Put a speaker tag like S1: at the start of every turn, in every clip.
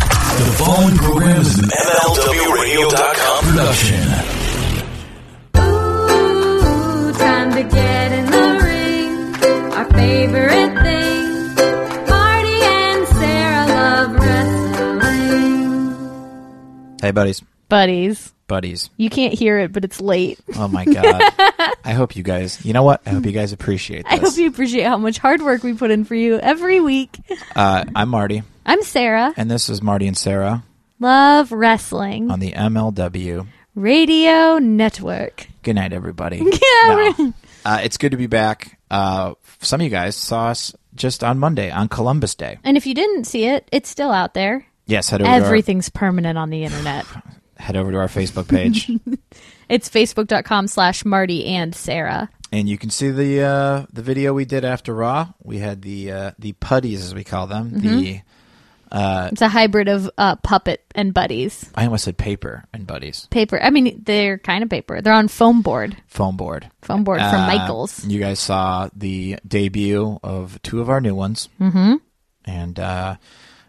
S1: The following program is an MLWRadio.com production.
S2: Ooh, time to get in the ring. Our favorite thing. Marty and Sarah love wrestling.
S3: Hey, buddies.
S4: buddies.
S3: Buddies.
S4: You can't hear it, but it's late.
S3: Oh, my God. I hope you guys, you know what? I hope you guys appreciate
S4: I hope
S3: this.
S4: you appreciate how much hard work we put in for you every week.
S3: uh, I'm Marty,
S4: I'm Sarah.
S3: and this is Marty and Sarah
S4: Love Wrestling
S3: on the MLW.
S4: Radio Network.
S3: Good night, everybody.
S4: Yeah,
S3: No. Uh, it's good to be back. Uh, some of you guys saw us just on Monday, on Columbus Day.
S4: And if you didn't see it, it's still out there.
S3: Yes, head over,
S4: Everything's permanent on the internet.
S3: To, our, head over to our Facebook page,
S4: It's facebook.com slash Marty and Sarah.
S3: and you can see the uh, the video we did after Raw. We had the uh, the putties, as we call them.
S4: Mm-hmm.
S3: The
S4: It's a hybrid of uh, puppet and buddies.
S3: I almost said paper and buddies
S4: Paper. I mean, they're kind of paper. They're on foam board.
S3: foam board.
S4: Foam board from
S3: Uh,
S4: Michaels.
S3: You guys saw the debut of two of our new ones, mm-hmm. and uh,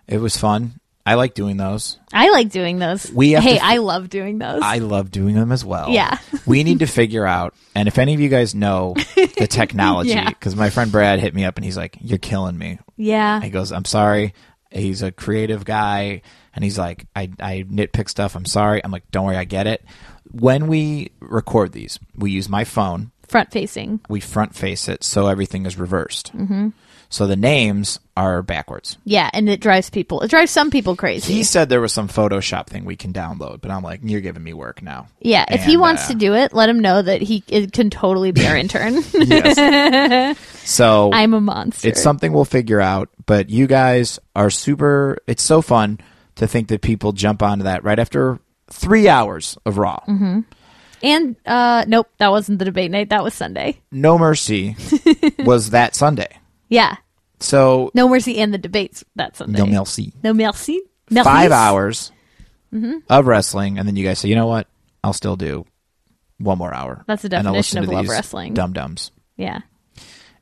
S3: it was fun. I like doing those.
S4: I like doing those.
S3: we have
S4: hey,
S3: to-
S4: I love doing those.
S3: I love doing them as well.
S4: Yeah.
S3: we need to figure out, and if any of you guys know the technology,
S4: Yeah.
S3: because my friend Brad hit me up and he's like, "You're killing me."
S4: yeah.
S3: He goes, "I'm sorry." He's a creative guy, and he's like, "I I nitpick stuff. I'm sorry." I'm like, "Don't worry, I get it." When we record these, we use my phone.
S4: Front facing.
S3: we front face it so everything is reversed. Mm-hmm. So the names are backwards.
S4: Yeah, and it drives people. It drives some people crazy.
S3: He said there was some Photoshop thing we can download, but I'm like, you're giving me work now.
S4: yeah, if he
S3: And,
S4: wants
S3: uh,
S4: to do it, let him know that he it can totally be our intern.
S3: Yes. so
S4: I'm a monster.
S3: it's something we'll figure out, but you guys are super. It's so fun to think that people jump onto that right after three hours of Raw.
S4: Mm-hmm. and uh nope, that wasn't the debate night. That was Sunday.
S3: No Mercy was that Sunday.
S4: Yeah.
S3: So,
S4: No mercy and the debates that Sunday.
S3: no Mercy.
S4: No mercy. Mercies.
S3: five hours
S4: Mm-hmm.
S3: of wrestling, and then you guys say, you know what? I'll still do one more hour.
S4: That's the
S3: And I'll
S4: definition
S3: listen
S4: of
S3: to
S4: love
S3: these
S4: wrestling.
S3: Dum dums
S4: Yeah.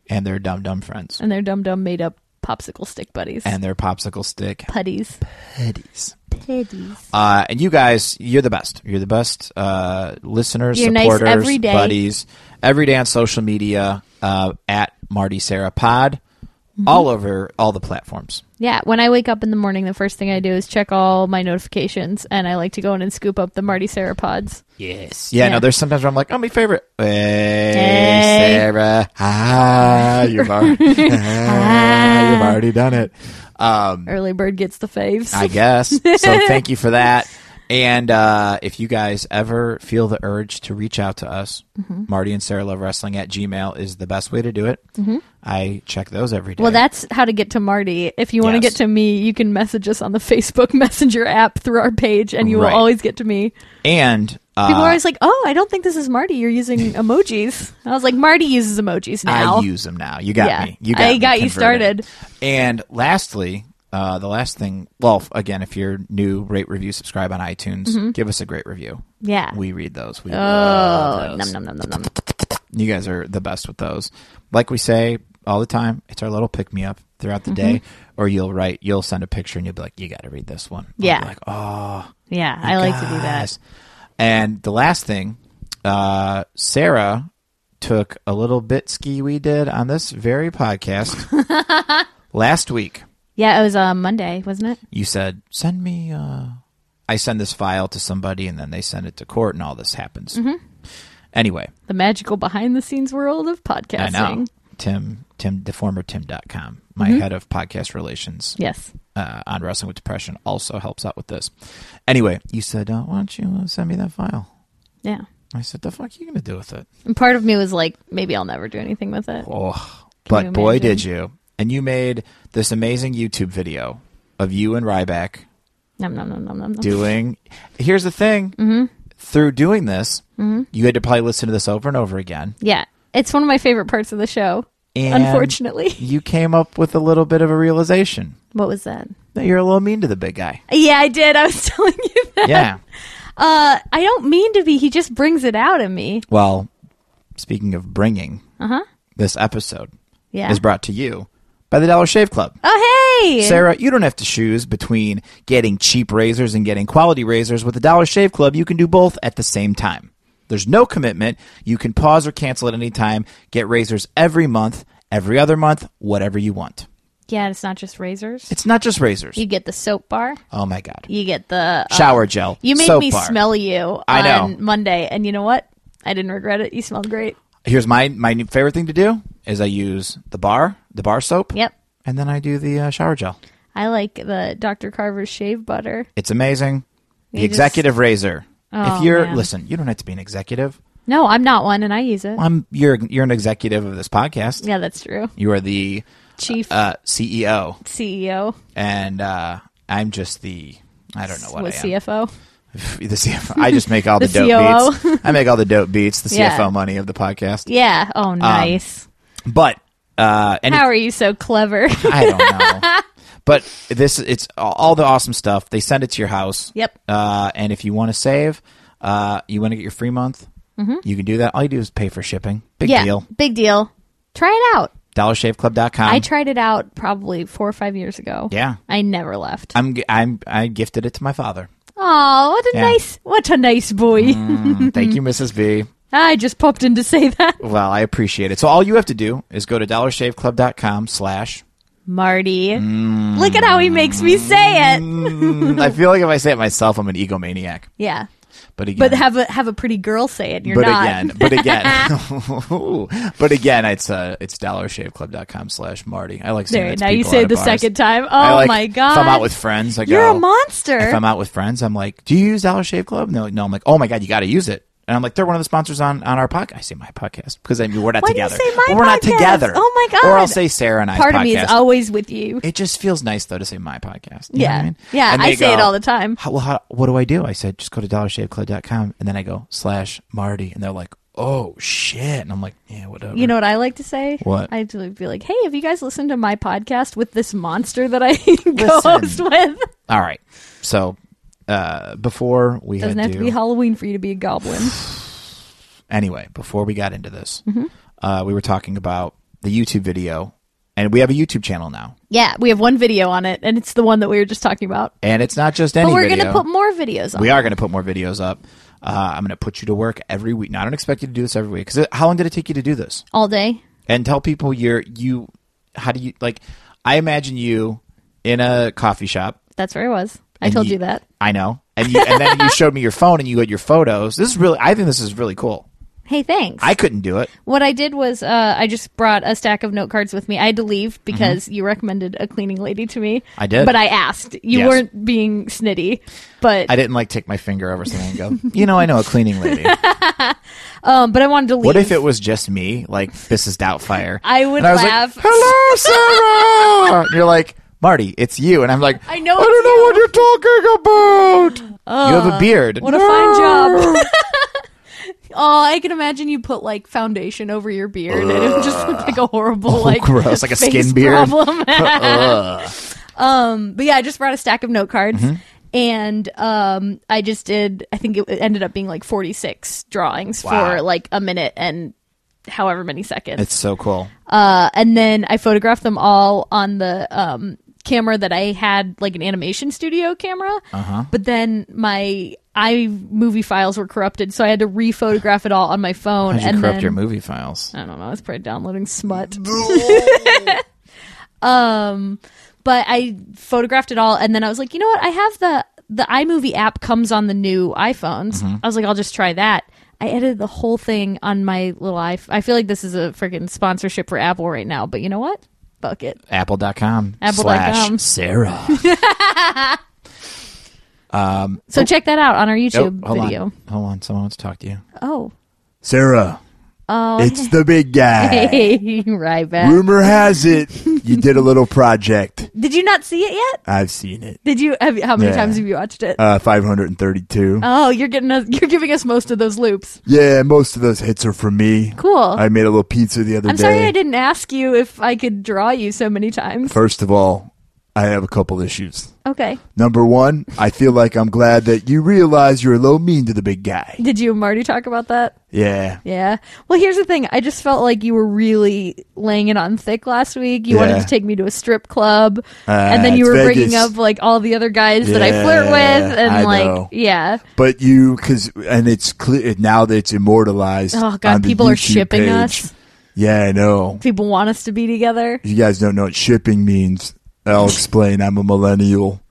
S3: and their dum dum friends
S4: And they're dumb dumb made up popsicle stick buddies.
S3: and their popsicle stick
S4: putties.
S3: headies.
S4: Putties.
S3: Uh, and you guys, you're the best. You're the best uh, listeners,
S4: You're nice
S3: supporters,
S4: every day.
S3: buddies, every day on social media uh, at Marty Sarah Pod,
S4: Mm-hmm.
S3: all over all the platforms.
S4: Yeah, when I wake up in the morning, the first thing I do is check all my notifications, and I like to go in and scoop up the Marty Sarah pods.
S3: Yeah,
S4: Yeah.
S3: no, there's sometimes where I'm like, oh, my favorite. Hey,
S4: Hey.
S3: Sarah. Ah, you've already, ah, you've already done it. Um,
S4: Early bird gets the faves.
S3: I guess. So thank you for that. And uh, if you guys ever feel the urge to reach out to us,
S4: Mm-hmm.
S3: Marty and Sarah Love Wrestling at Gmail is the best way to do it. I check those every day.
S4: Mm-hmm. Well, that's how to get to Marty. If you want to
S3: Yes.
S4: get to me, you can message us on the Facebook Messenger app through our page, and you
S3: Right.
S4: will always get to me.
S3: and uh,
S4: People are always like, "Oh, I don't think this is Marty. You're using emojis." I was like, "Marty uses emojis now."
S3: I use them now. You got
S4: Yeah.
S3: me. You got
S4: I
S3: me
S4: got you
S3: converted.
S4: started.
S3: And lastly, uh, the last thing. Well, f- again, if you're new, rate, review, subscribe on iTunes. Give us a great review.
S4: Mm-hmm. yeah.
S3: We read those. We
S4: oh, num
S3: love those.
S4: num num num num.
S3: You guys are the best with those. Like we say all the time, it's our little pick me up throughout the
S4: Mm-hmm.
S3: day. Or you'll write, you'll send a picture, and you'll be like, "You got to read this one." I'll be
S4: Yeah.
S3: like, oh,
S4: Yeah, I like to do that.
S3: guys. And the last thing, uh, Sarah took a little bit ski we did on this very podcast last week.
S4: Yeah, it was uh, Monday, wasn't it?
S3: You said, "Send me." Uh, I send this file to somebody, and then they send it to court, and all this happens.
S4: Mm-hmm.
S3: Anyway,
S4: The magical behind-the-scenes world of podcasting.
S3: I know Tim, Tim, the former Tim.com, my
S4: Mm-hmm.
S3: head of podcast relations
S4: Yes.
S3: uh, on Wrestling with Depression, also helps out with this. Anyway, you said, uh, "Why don't you uh, send me that file?"
S4: Yeah.
S3: I said, "The fuck you gonna do with it?"
S4: And part of me was like, maybe I'll never do anything with it.
S3: Oh,
S4: you
S3: but boy,
S4: imagine?
S3: did you! And you made this amazing YouTube video of you and Ryback
S4: Nom nom nom nom nom. nom.
S3: doing. Here's the thing:
S4: Mm-hmm.
S3: through doing this, you had to probably listen to this over and over again.
S4: Yeah, it's one of my favorite parts of the show.
S3: And
S4: Unfortunately,
S3: you came up with a little bit of a realization
S4: what was that?
S3: that you're a little mean to the big guy.
S4: Yeah, I did. I was telling you that.
S3: Yeah.
S4: Uh, I don't mean to be. He just brings it out of me.
S3: Well, speaking of bringing, this episode
S4: Uh-huh. Yeah.
S3: is brought to you by the Dollar Shave Club.
S4: Oh, hey!
S3: Sarah, you don't have to choose between getting cheap razors and getting quality razors. With the Dollar Shave Club, you can do both at the same time. There's no commitment. You can pause or cancel at any time. Get razors every month, every other month, whatever you want.
S4: Yeah, it's not just razors.
S3: It's not just razors.
S4: You get the soap bar.
S3: Oh my god.
S4: You get the uh,
S3: Shower gel.
S4: You made
S3: soap
S4: me
S3: bar.
S4: smell you
S3: I know.
S4: on Monday, and you know what? I didn't regret it. You smelled great.
S3: Here's my my new favorite thing to do is I use the bar, the bar soap.
S4: Yep.
S3: And then I do the uh, shower gel.
S4: I like the Dr. Carver's shave butter.
S3: It's amazing. The
S4: You just-
S3: executive razor.
S4: Oh,
S3: if you're
S4: man.
S3: listen, you don't have to be an executive.
S4: No, I'm not one, and I use it.
S3: I'm you're you're an executive of this podcast.
S4: Yeah, that's true.
S3: You are the
S4: Chief
S3: uh, CEO,
S4: CEO
S3: and uh, I'm just the I don't know what
S4: was
S3: I am.
S4: CFO.
S3: the CFO. I just make all the,
S4: E The E
S3: dope beats. I make all the dope beats. The
S4: Yeah.
S3: CFO money of the podcast.
S4: Yeah.
S3: Um,
S4: Oh, nice.
S3: But uh, any,
S4: How are you so clever?
S3: I don't know. But this it's all the awesome stuff. They send it to your house.
S4: Yep.
S3: Uh, and if you want to save, uh, you want to get your free month. You can do that. All you do is pay for shipping. Big
S4: Mm-hmm. yeah.
S3: deal.
S4: Big deal. Try it out.
S3: DollarShaveClub.com.
S4: I tried it out probably four or five years ago.
S3: Yeah.
S4: I never left.
S3: I'm gi- I'm I gifted it to my father.
S4: Oh, what a
S3: Yeah. Mm.
S4: nice, what a nice boy. Mm-hmm.
S3: Thank you, Mrs. B.
S4: I just popped in to say that.
S3: Well, I appreciate it. So all you have to do is go to dollarshaveclub.com slash.
S4: Marty.
S3: Mm.
S4: Look at how he makes me say it.
S3: I feel like if I say it myself, I'm an egomaniac.
S4: Yeah.
S3: But again,
S4: But have a have a pretty girl say it. and You're
S3: but
S4: not.
S3: again, but again, but again, it's uh, it's dollarshaveclub.com slash Marty. I like saying
S4: There,
S3: it to
S4: now you
S3: people
S4: say
S3: out
S4: it
S3: at
S4: the
S3: bars.
S4: second time.
S3: I
S4: Oh
S3: like-
S4: my god.
S3: If I'm out with friends, I go. "Oh,
S4: You're a monster.
S3: If I'm out with friends, I'm like, do you use Dollar Shave Club? And they're like, no. I'm like, oh my god, you got to use it. And I'm like, they're one of the sponsors on, on our podcast. I say my podcast because I mean we're not
S4: Why do you
S3: together.
S4: say my
S3: Well, we're not
S4: podcast?
S3: together.
S4: Oh my
S3: Or I'll
S4: God.
S3: say Sarah and I.
S4: Part of me is "Oh,
S3: podcast.
S4: always with you.
S3: It just feels nice though to say my podcast. You know
S4: yeah.
S3: what I mean?
S4: Yeah.
S3: And
S4: I
S3: they
S4: say it
S3: go,
S4: all the time.
S3: how, well, how, what do I do? I said, just go to dollarshaveclub.com. And then I go, slash Marty. And they're like, oh, shit. And I'm like, yeah, whatever.
S4: You know what I like to say?
S3: What?
S4: I'd be like, "Hey, have you guys listened to my podcast with this monster that I co-host
S3: Listen.
S4: with?"
S3: All right. So uh, before we
S4: Doesn't
S3: had
S4: have
S3: to,
S4: to be Halloween for you to be a goblin.
S3: anyway, before we got into this,
S4: Mm-hmm.
S3: uh, we were talking about the YouTube video. And we have a YouTube channel now.
S4: yeah, we have one video on it, and it's the one that we were just talking about.
S3: And it's not just any
S4: but we're
S3: video.
S4: gonna put more videos on.
S3: we are going to put more videos up. Uh, I'm going to put you to work every week. Now, I don't expect you to do this every week. Because how long did it take you to do this?
S4: all day.
S3: and tell people you're you how do you like i imagine you in a coffee shop
S4: That's where I was. I
S3: and
S4: told you that.
S3: i know and you and then you showed me your phone and you had your photos this is really i think this is really cool
S4: Hey, thanks.
S3: i couldn't do it
S4: what I did was uh, I just brought a stack of note cards with me. I had to leave because you recommended a cleaning lady to me.
S3: Mm-hmm. I did.
S4: but I asked. You
S3: Yes.
S4: weren't being snitty, but
S3: i didn't like take my finger over something and go you know i know a cleaning lady
S4: um, but I wanted to leave.
S3: what if it was just me like this is doubtfire
S4: I would
S3: and I was
S4: laugh.
S3: like, hello sarah and you're like marty it's you and i'm like
S4: I know
S3: i
S4: it's Oh,
S3: don't know what you're talking about you have a beard
S4: What a fine job. Oh, I can imagine you put like foundation over your beard, and it would just look like a horrible, like
S3: Oh, gross, like a
S4: face
S3: skin beard.
S4: Problem. um, but yeah, I just brought a stack of note cards,
S3: Mm-hmm.
S4: and um, I just did. I think it ended up being like forty six drawings
S3: Wow.
S4: for like a minute and however many seconds.
S3: it's so cool
S4: Uh, and then I photographed them all on the um, camera that I had, like an animation studio camera.
S3: Uh-huh.
S4: But then my iMovie files were corrupted, so I had to re-photograph it all on my phone.
S3: how'd you
S4: and
S3: corrupt
S4: then,
S3: your movie files
S4: I don't know. I was probably downloading smut. um, but I photographed it all, and then I was like, you know what? I have the the iMovie app comes on the new iPhones.
S5: Mm-hmm.
S4: I was like, I'll just try that. I edited the whole thing on my little iPhone. I feel like this is a freaking sponsorship for Apple right now, but you know what? Fuck it.
S3: apple.com
S4: Apple dot com.
S3: slash sarah
S4: So
S5: Oh.
S4: check that out on our YouTube
S3: Oh, hold
S4: video.
S3: on hold on someone wants to talk to you
S4: Oh,
S5: Sarah. Oh, it's the big guy.
S4: hey, right back.
S5: Rumor has it you did a little project.
S4: Did you not see it yet?
S5: I've seen it.
S4: Did you? Have, how many
S5: Yeah.
S4: times have you watched it?
S5: Uh, 532.
S4: oh, you're getting us. You're giving us most of those loops.
S5: yeah, most of those hits are from me.
S4: Cool.
S5: I made a little pizza the other
S4: I'm
S5: day.
S4: sorry I didn't ask you if I could draw you so many times.
S5: First of all, I have a couple issues.
S4: Okay.
S5: Number one, I feel like I'm glad that you realize you're a little mean to the big guy.
S4: Did you and Marty talk about that?
S5: Yeah.
S4: Yeah. Well, here's the thing. I just felt like you were really laying it on thick last week. You wanted
S5: Yeah. Uh,
S4: to take me to a strip club, and then you
S5: it's
S4: were
S5: Vegas.
S4: bringing up like all the other guys that I flirt
S5: Yeah,
S4: with, and
S5: I
S4: like,
S5: know.
S4: yeah.
S5: But you, because and it's clear now that it's immortalized.
S4: Oh
S5: on
S4: god,
S5: the
S4: people are
S5: YouTube
S4: shipping
S5: page.
S4: us.
S5: Yeah, I know.
S4: People want us to be together.
S5: If you guys don't know what shipping means, I'll explain. I'm a millennial.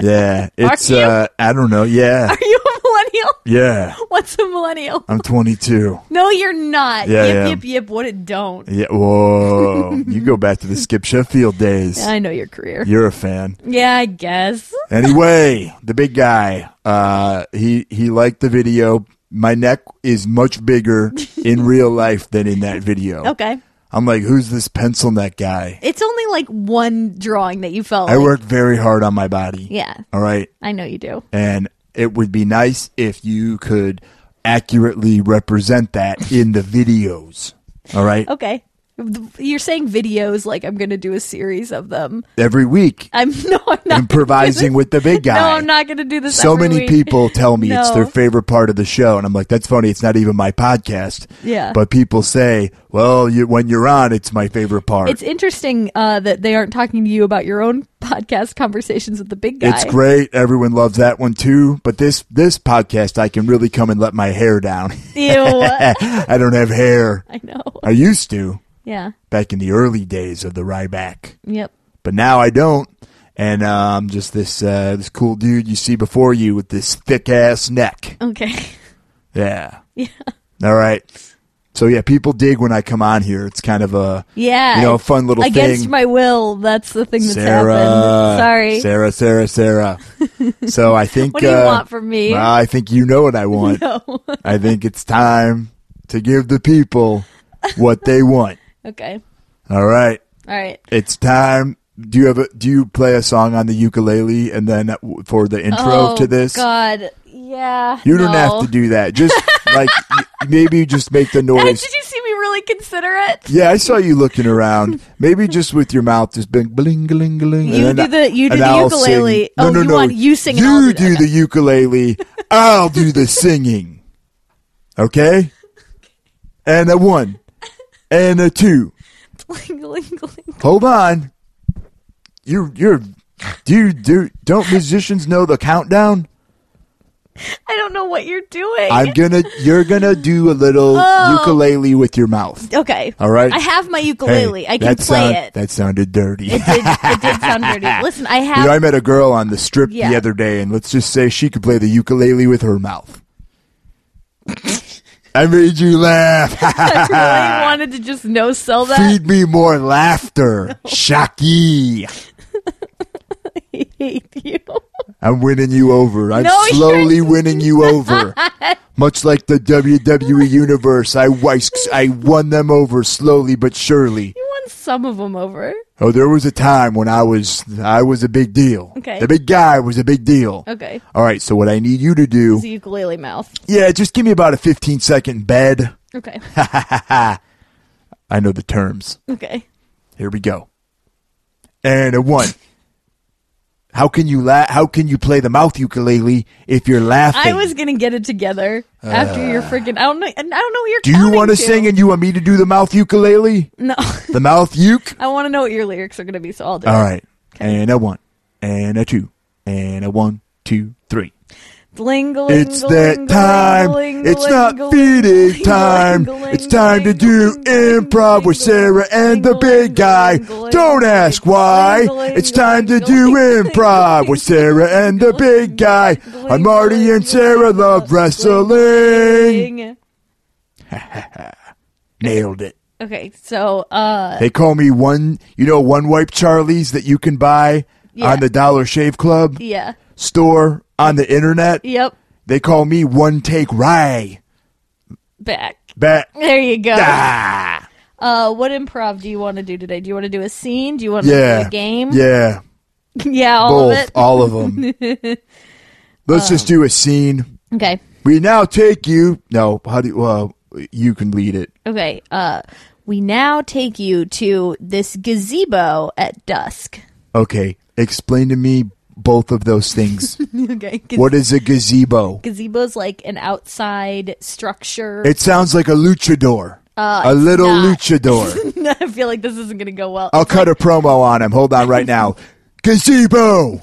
S5: Yeah, it's
S4: you?
S5: uh, I don't know. Yeah,
S4: Are you a millennial?
S5: yeah.
S4: What's a millennial?
S5: I'm 22.
S4: No, you're not.
S5: Yeah,
S4: yip
S5: I am.
S4: yip yip. What it don't.
S5: Yeah. Whoa, you go back to the Skip Sheffield days.
S4: I know your career.
S5: You're a fan.
S4: Yeah, I guess.
S5: Anyway, the big guy. Uh, he he liked the video. My neck is much bigger in real life than in that video.
S4: Okay.
S5: I'm like, who's this pencil neck guy?
S4: It's only like one drawing that you felt.
S5: I
S4: like-
S5: work very hard on my body.
S4: Yeah,
S5: All right.
S4: I know you do.
S5: And it would be nice if you could accurately represent that in the videos. All right.
S4: Okay. You're saying videos like I'm going to do a series of them.
S5: Every week,
S4: I'm no, I'm not
S5: improvising with the big guy.
S4: No, I'm not going to do this.
S5: so
S4: every
S5: many
S4: week.
S5: people tell me it's their
S4: No.
S5: favorite part of the show and i'm like that's funny it's not even my podcast
S4: Yeah.
S5: but people say well you, when you're on it's my favorite part
S4: It's interesting uh, that they aren't talking to you about your own podcast conversations with the big guy.
S5: It's great everyone loves that one too but this this podcast i can really come and let my hair down
S4: Ew. I
S5: i don't have hair
S4: know.
S5: i used to
S4: Yeah.
S5: back in the early days of the ryback
S4: Yep.
S5: but now i don't and um, just this uh, this cool dude you see before you with this thick ass neck
S4: Okay.
S5: Yeah. Yeah. All right. So yeah, people dig when I come on here. It's kind of a
S4: Yeah.
S5: you know a fun little
S4: Against
S5: thing.
S4: my will, that's the thing that's
S5: Sarah,
S4: happened. Sorry.
S5: Sarah, Sarah, Sarah. so I think
S4: What do you
S5: uh,
S4: want from me?
S5: well, I think you know what I want.
S4: No.
S5: I think it's time to give the people what they want.
S4: okay.
S5: All right,
S4: All right.
S5: it's time. Do you have a, do you play a song on the ukulele and then for the intro
S4: oh,
S5: to this?
S4: God. Yeah.
S5: You don't
S4: no.
S5: have to do that. Just like y- maybe you just make the
S4: Did
S5: noise.
S4: you see me really consider it?
S5: Yeah, I saw you looking around. Maybe just with your mouth, just bling, bling, bling, bling.
S4: You do the- you do the ukulele.
S5: No,
S4: Oh,
S5: no,
S4: you
S5: no.
S4: want- you sing and
S5: You
S4: I'll do
S5: do
S4: that.
S5: the ukulele. I'll do the singing. Okay. And a one, and a two.
S4: Bling, bling, bling.
S5: Hold on. You, you're. Do you do? Don't musicians know the countdown?
S4: I don't know what you're doing.
S5: I'm gonna. You're gonna do a little
S4: Oh.
S5: ukulele with your mouth.
S4: okay.
S5: All right.
S4: I have my
S5: Hey,
S4: ukulele. I can
S5: that
S4: play
S5: sound-
S4: it.
S5: That sounded dirty.
S4: It did, it did sound dirty. Listen, I have.
S5: You know, I met a girl on the strip
S4: Yeah.
S5: the other day, and let's just say she could play the ukulele with her mouth. I made you laugh.
S4: really wanted to just no sell that.
S5: Feed me more laughter, Shocky.
S4: I hate you.
S5: I'm winning you over. I'm
S4: No, you're
S5: slowly winning you over. Much like the WWE universe, I wisks, I won them over slowly but surely.
S4: You won some of them over.
S5: Oh, there was a time when I was I was a big deal.
S4: Okay.
S5: The big guy was a big deal.
S4: Okay.
S5: All right, so what I need you to do
S4: It's a ukulele mouth.
S5: Yeah, just give me about a 15 second bed.
S4: Okay.
S5: I know the terms.
S4: Okay.
S5: Here we go. And a one. How can you la- How can you play the mouth ukulele if you're laughing?
S4: I was gonna get it together after your freaking. I don't know. and I don't know what you're.
S5: do you
S4: want to
S5: sing and you want me to do the mouth ukulele?
S4: No.
S5: The mouth uke?
S4: I want to know what your lyrics are gonna be, so I'll do it.
S5: All right. And a one. And a two. And a one, two, three.
S4: Bling, gling,
S5: It's
S4: gling,
S5: that
S4: gling,
S5: time.
S4: gling,
S5: it's
S4: gling,
S5: not
S4: gling,
S5: feeding
S4: gling,
S5: time.
S4: gling,
S5: it's time to
S4: gling,
S5: do
S4: gling,
S5: improv
S4: gling,
S5: with Sarah and the
S4: gling,
S5: big
S4: gling,
S5: guy.
S4: gling,
S5: Don't
S4: gling,
S5: ask
S4: gling,
S5: why.
S4: gling,
S5: It's time to
S4: gling,
S5: do
S4: gling,
S5: improv
S4: gling,
S5: with Sarah and the
S4: gling,
S5: big guy.
S4: gling,
S5: I'm Marty
S4: gling,
S5: and Sarah
S4: gling,
S5: love
S4: gling,
S5: wrestling.
S4: gling.
S5: Nailed it.
S4: Okay, so uh,
S5: They call me one, you know, one wipe Charlie's that you can buy
S4: Yeah.
S5: on the Dollar Shave Club
S4: yeah,
S5: store on the internet.
S4: yep,
S5: They call me one take Rye.
S4: back.
S5: Back.
S4: There you go.
S5: Ah.
S4: Uh, what improv do you want to do today? Do you want to do a scene? Do you want to
S5: Yeah.
S4: do a game?
S5: Yeah.
S4: Yeah, all
S5: Both.
S4: of it. Um.
S5: All of them. Let's just do a scene.
S4: Okay,
S5: We now take you. No, how do you. Uh, you can lead it.
S4: okay. Uh, we now take you to this gazebo at dusk.
S5: Okay. Explain to me both of those things.
S4: okay. Gaz-
S5: what is a gazebo?
S4: Gazebo's like an outside structure.
S5: It sounds like a luchador.
S4: Uh,
S5: a
S4: it's
S5: little
S4: not.
S5: luchador.
S4: I feel like this isn't going to go well.
S5: I'll cut a promo on him. Hold on right now. Gazebo!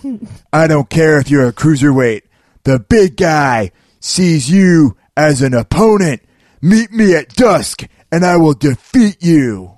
S5: I don't care if you're a cruiserweight. The big guy sees you as an opponent. Meet me at dusk and I will defeat you.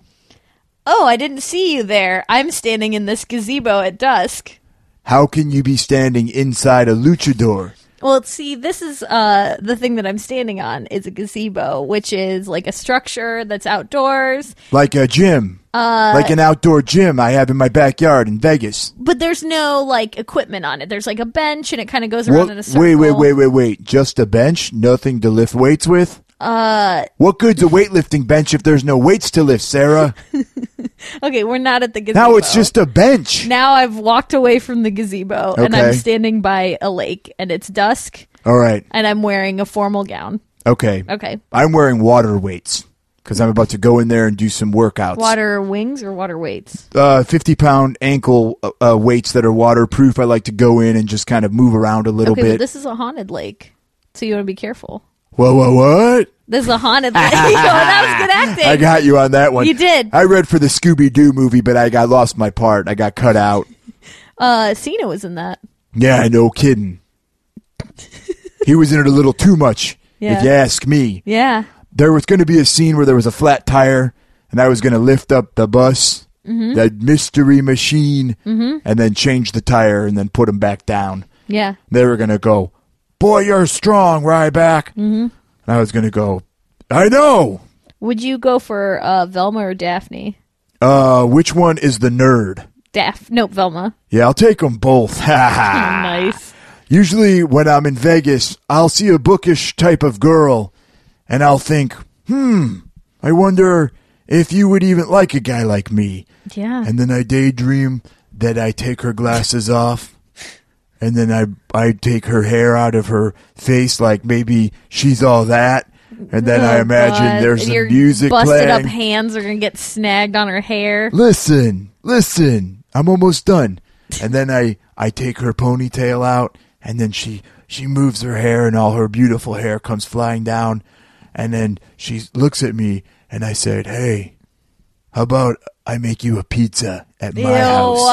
S4: Oh, I didn't see you there. I'm standing in this gazebo at dusk.
S5: How can you be standing inside a luchador?
S4: Well, see, this is uh, the thing that I'm standing on is a gazebo, which is like a structure that's outdoors,
S5: Like a gym.
S4: Uh,
S5: like an outdoor gym I have in my backyard in Vegas.
S4: but there's no like equipment on it. There's like a bench, and it kind of goes around
S5: What,
S4: in a circle.
S5: wait, wait, wait, wait, wait. Just a bench? Nothing to lift weights with? Uh. What good's a weightlifting bench if there's no weights to lift, Sarah?
S4: Okay, we're not at the gazebo.
S5: now it's just a bench.
S4: now I've walked away from the gazebo, and I'm
S5: Okay.
S4: standing by a lake, and it's dusk,
S5: All right.
S4: and I'm wearing a formal gown.
S5: Okay.
S4: Okay,
S5: I'm wearing water weights because I'm about to go in there and do some workouts.
S4: water wings or water weights?
S5: Uh, 50 pound ankle uh, uh, weights that are waterproof. I like to go in and just kind of move around a little
S4: Okay,
S5: bit.
S4: but this is a haunted lake, so you want to be careful.
S5: whoa, whoa, what?
S4: This is a haunted lake. oh, that was good acting.
S5: I got you on that one.
S4: You did.
S5: I read for the Scooby Doo movie, but I got lost my part. I got cut out.
S4: Uh, Cena was in that.
S5: Yeah, no kidding. he was in it a little too much,
S4: Yeah.
S5: if you ask me.
S4: Yeah.
S5: There was going to be a scene where there was a flat tire, and I was going to lift up the bus,
S4: Mm-hmm.
S5: that mystery machine, and then change the tire and then put him back down.
S4: Yeah.
S5: They were going to go, Boy, you're strong, Ryback. Mm-hmm. And I was going to go, I know.
S4: Would you go for uh, Velma or Daphne?
S5: Uh, which one is the nerd?
S4: Daph. Nope, Velma.
S5: Yeah, I'll take them both. Ah.
S4: nice.
S5: Usually, when I'm in Vegas, I'll see a bookish type of girl, and I'll think, hmm, I wonder if you would even like a guy like me.
S4: Yeah.
S5: And then I daydream that I take her glasses off, and then I I take her hair out of her face, like maybe she's all that. And then I
S4: Oh,
S5: imagine
S4: God.
S5: there's
S4: And
S5: some
S4: your
S5: music
S4: busted
S5: playing.
S4: up hands are gonna get snagged on her hair.
S5: listen, listen, I'm almost done. And then I, I take her ponytail out, and then she, she moves her hair, and all her beautiful hair comes flying down. And then she looks at me, and I said, Hey, how about I make you a pizza at my
S4: Ew.
S5: house?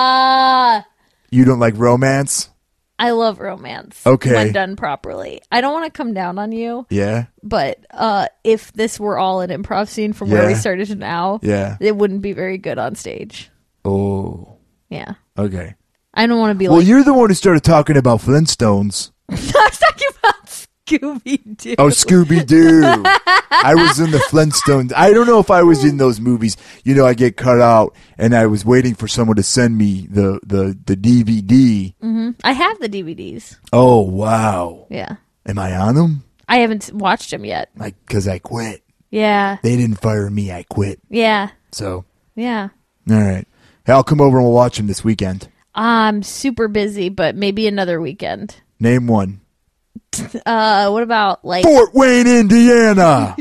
S4: ah.
S5: You don't like romance?
S4: I love romance.
S5: Okay.
S4: When done properly. I don't want to come down on you,
S5: Yeah.
S4: but uh, if this were all an improv scene from where we
S5: Yeah.
S4: started to now,
S5: Yeah.
S4: it wouldn't be very good on stage.
S5: Oh,
S4: Yeah.
S5: okay.
S4: I don't want to be
S5: Well,
S4: like,
S5: you're the one who started talking about Flintstones.
S4: I was talking about Scooby Doo.
S5: Oh, Scooby Doo. I was in the Flintstones. I don't know if I was in those movies. You know, I get cut out, and I was waiting for someone to send me the the the DVD.
S4: I have the DVDs.
S5: Oh wow,
S4: Yeah.
S5: am I on them?
S4: I haven't watched them yet.
S5: Like, cause I quit.
S4: Yeah.
S5: They didn't fire me. I quit.
S4: Yeah.
S5: So
S4: Yeah.
S5: all right, hey, I'll come over and we'll watch them this weekend.
S4: I'm super busy, but maybe another weekend.
S5: Name one.
S4: Uh, what about like?
S5: Fort Wayne, Indiana.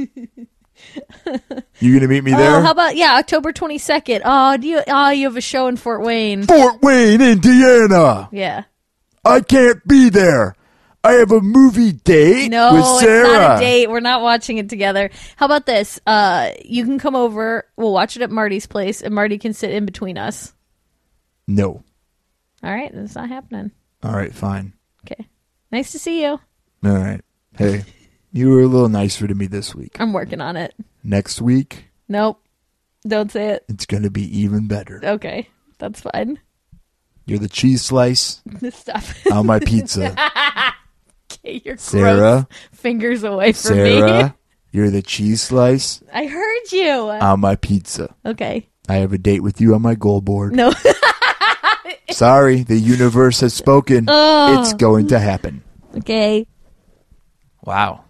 S5: you gonna meet me there?
S4: Oh, how about yeah, October twenty second. Oh, do you? Oh, you have a show in Fort Wayne.
S5: Fort Wayne, Indiana.
S4: Yeah.
S5: I can't be there. I have a movie date
S4: No,
S5: with Sarah.
S4: it's not a date. We're not watching it together. How about this? Uh, you can come over. We'll watch it at Marty's place, and Marty can sit in between us.
S5: No.
S4: All right, it's not happening.
S5: All right, fine.
S4: Okay. Nice to see you.
S5: All right. Hey, you were a little nicer to me this week.
S4: I'm working on it.
S5: Next week,
S4: Nope. Don't say it.
S5: it's going to be even better.
S4: Okay. That's fine.
S5: You're the cheese slice
S4: Stop it.
S5: on my pizza.
S4: Okay, Your gross
S5: Sarah,
S4: fingers away from me.
S5: Sarah, you're the cheese slice
S4: I heard you.
S5: on Uh, my pizza.
S4: okay.
S5: I have a date with you on my goal board.
S4: No.
S5: Sorry, the universe has spoken.
S4: Uh,
S5: It's going to happen.
S4: Okay.
S3: Wow.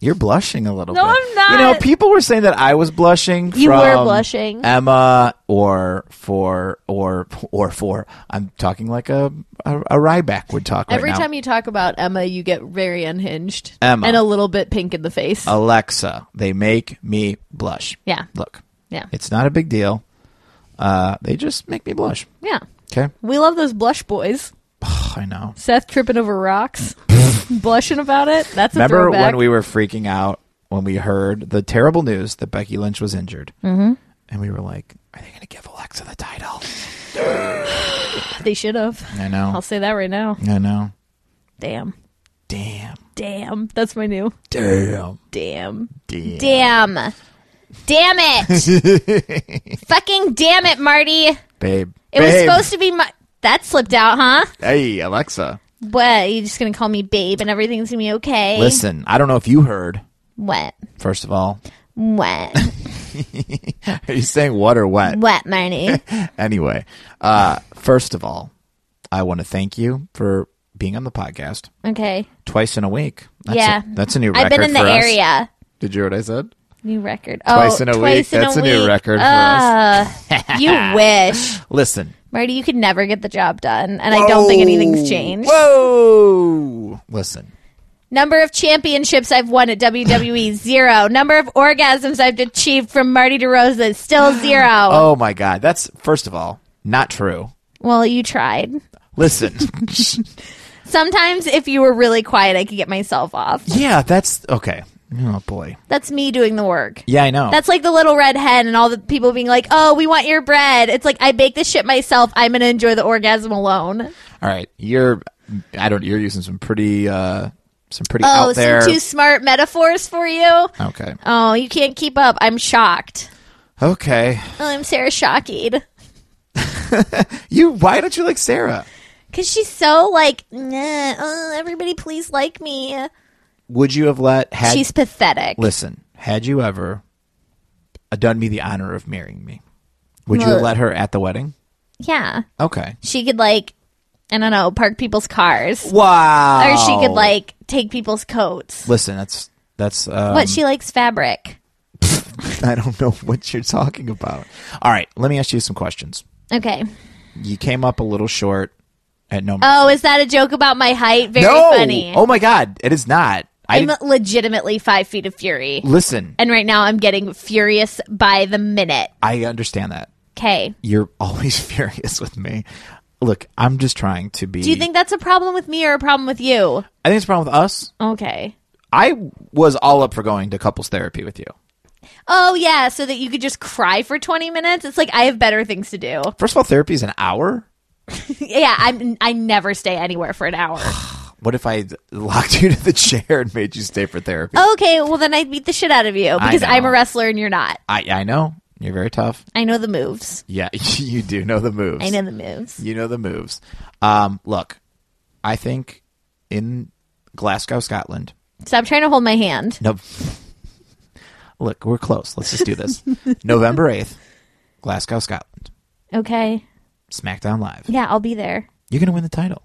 S3: You're blushing a little
S4: No,
S3: bit.
S4: I'm not.
S3: You know, people were saying that I was blushing.
S4: You were
S3: from
S4: blushing.
S3: Emma, or for, or or for. I'm talking like a a, a Ryback would talk
S4: Every
S3: right now.
S4: time you talk about Emma, you get very unhinged
S3: Emma. Oh.
S4: and a little bit pink in the face.
S3: Alexa, they make me blush.
S4: Yeah.
S3: Look,
S4: Yeah.
S3: it's not a big deal. Uh, they just make me blush.
S4: Yeah.
S3: Okay.
S4: We love those blush boys.
S3: I know.
S4: Seth tripping over rocks, blushing about it. That's a
S3: Remember
S4: throwback.
S3: when we were freaking out when we heard the terrible news that Becky Lynch was injured? Mm-hmm. And we were like, are they going to give Alexa the title?
S4: they should have.
S3: I know.
S4: I'll say that right now.
S3: I know.
S4: Damn.
S3: Damn.
S4: Damn. That's my new.
S3: Damn.
S4: Damn.
S3: Damn.
S4: Damn. Damn it. Fucking damn it, Marty. It
S3: Babe.
S4: was supposed to be my. That slipped out, huh?
S3: Hey, Alexa.
S4: What? You're just going to call me babe and everything's going to be okay?
S3: Listen, I don't know if you heard,
S4: What?
S3: first of all.
S4: What?
S3: Are you saying what or what?
S4: what, Marty?
S3: Anyway, uh, first of all, I want to thank you for being on the podcast
S4: Okay.
S3: twice in a week. That's
S4: Yeah.
S3: A, that's a new record
S4: I've been in the
S3: for us.
S4: area.
S3: Did you hear what I said?
S4: New record.
S3: Twice
S4: oh,
S3: in a
S4: twice
S3: week. That's a new
S4: week.
S3: record for
S4: uh, you wish.
S3: Listen.
S4: Marty, you could never get the job done. And I don't think anything's changed.
S3: Whoa. Listen.
S4: Number of championships I've won at WWE, zero. Number of orgasms I've achieved from Marty DeRosa, still zero.
S3: Oh my God. That's, first of all, not true.
S4: Well, you tried.
S3: Listen.
S4: Sometimes if you were really quiet, I could get myself off.
S3: yeah, that's okay. Oh boy.
S4: That's me doing the work.
S3: Yeah, I know.
S4: That's like the little red hen and all the people being like, oh, we want your bread. It's like, I bake this shit myself. I'm going to enjoy the orgasm alone.
S3: All right, you're. I don't. You're using some pretty, uh some pretty
S4: Oh,
S3: out there.
S4: some too smart metaphors for you.
S3: okay.
S4: Oh, you can't keep up. I'm shocked.
S3: Okay.
S4: Oh, I'm Sarah Shocked.
S3: You. Why don't you like Sarah?
S4: Because she's so like, "Nah, uh, everybody please like me.
S3: Would you have let? Had,
S4: she's pathetic.
S3: listen. Had you ever uh, done me the honor of marrying me? Would you have
S4: Ugh.
S3: let her at the wedding?
S4: Yeah.
S3: Okay.
S4: She could like, I don't know, park people's cars.
S3: Wow.
S4: Or she could like take people's coats.
S3: Listen, that's that's. Um,
S4: What? She likes fabric.
S3: I don't know what you're talking about. All right, let me ask you some questions.
S4: Okay.
S3: You came up a little short at no.
S4: Oh, is that a joke about my height? Very
S3: no.
S4: funny.
S3: Oh my God! It is not. I
S4: I'm
S3: didn't-
S4: legitimately five feet of fury.
S3: listen.
S4: and right now I'm getting furious by the minute.
S3: I understand that.
S4: Okay.
S3: You're always furious with me. Look, I'm just trying to be.
S4: Do you think that's a problem with me or a problem with you?
S3: I think it's a problem with us.
S4: Okay.
S3: I was all up for going to couples therapy with you.
S4: Oh, yeah, so that you could just cry for 20 minutes? It's like I have better things to do.
S3: First of all, therapy is an hour.
S4: Yeah, I'm I never stay anywhere for an hour.
S3: What if I locked you to the chair and made you stay for therapy?
S4: okay, well then I beat the shit out of you because
S3: know.
S4: I'm a wrestler and you're not.
S3: I I know you're very tough.
S4: I know the moves.
S3: Yeah, you do know the moves.
S4: I know the moves.
S3: You know the moves. Um, look, I think in Glasgow, Scotland.
S4: Stop trying to hold my hand.
S3: No. Look, we're close. Let's just do this. November eighth, Glasgow, Scotland.
S4: Okay.
S3: SmackDown Live.
S4: Yeah, I'll be there.
S3: You're gonna win the title.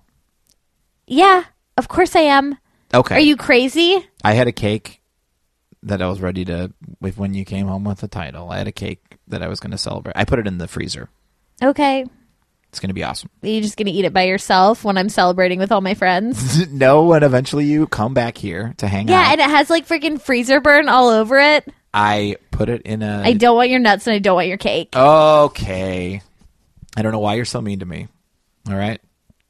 S4: Yeah, of course I am.
S3: Okay.
S4: Are you crazy?
S3: I had a cake that I was ready to with when you came home with the title. I had a cake that I was gonna celebrate. I put it in the freezer.
S4: Okay.
S3: It's gonna be awesome.
S4: Are you just going to eat it by yourself when I'm celebrating with all my friends?
S3: no, and eventually you come back here to hang
S4: yeah,
S3: out.
S4: and it has like freaking freezer burn all over it.
S3: I put it in a.
S4: I don't want your nuts and I don't want your cake.
S3: okay. I don't know why you're so mean to me. All right.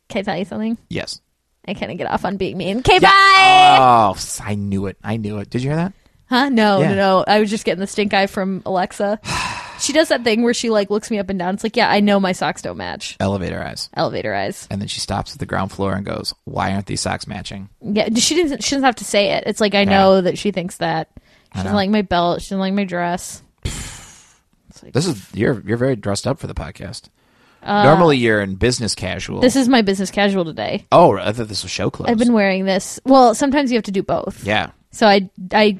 S4: Can I tell you something?
S3: Yes.
S4: I kind of get off on being mean. Okay,
S3: Yeah.
S4: bye.
S3: Oh, s- I knew it. I knew it. Did you hear that?
S4: Huh? No,
S3: Yeah.
S4: no, no. I was just getting the stink eye from Alexa. she does that thing where she like looks me up and down. It's like, yeah, I know my socks don't match.
S3: Elevator eyes.
S4: Elevator eyes.
S3: And then she stops at the ground floor and goes, "Why aren't these socks matching?"
S4: Yeah, she doesn't. She doesn't have to say it. It's like I know that she thinks that. She doesn't
S3: know.
S4: like my belt. She doesn't like my dress.
S3: This is you're you're very dressed up for the podcast. Normally you're in business casual.
S4: Uh, This is my business casual today.
S3: oh, I thought this was show clothes.
S4: I've been wearing this. Well, sometimes you have to do both.
S3: yeah.
S4: So I, I,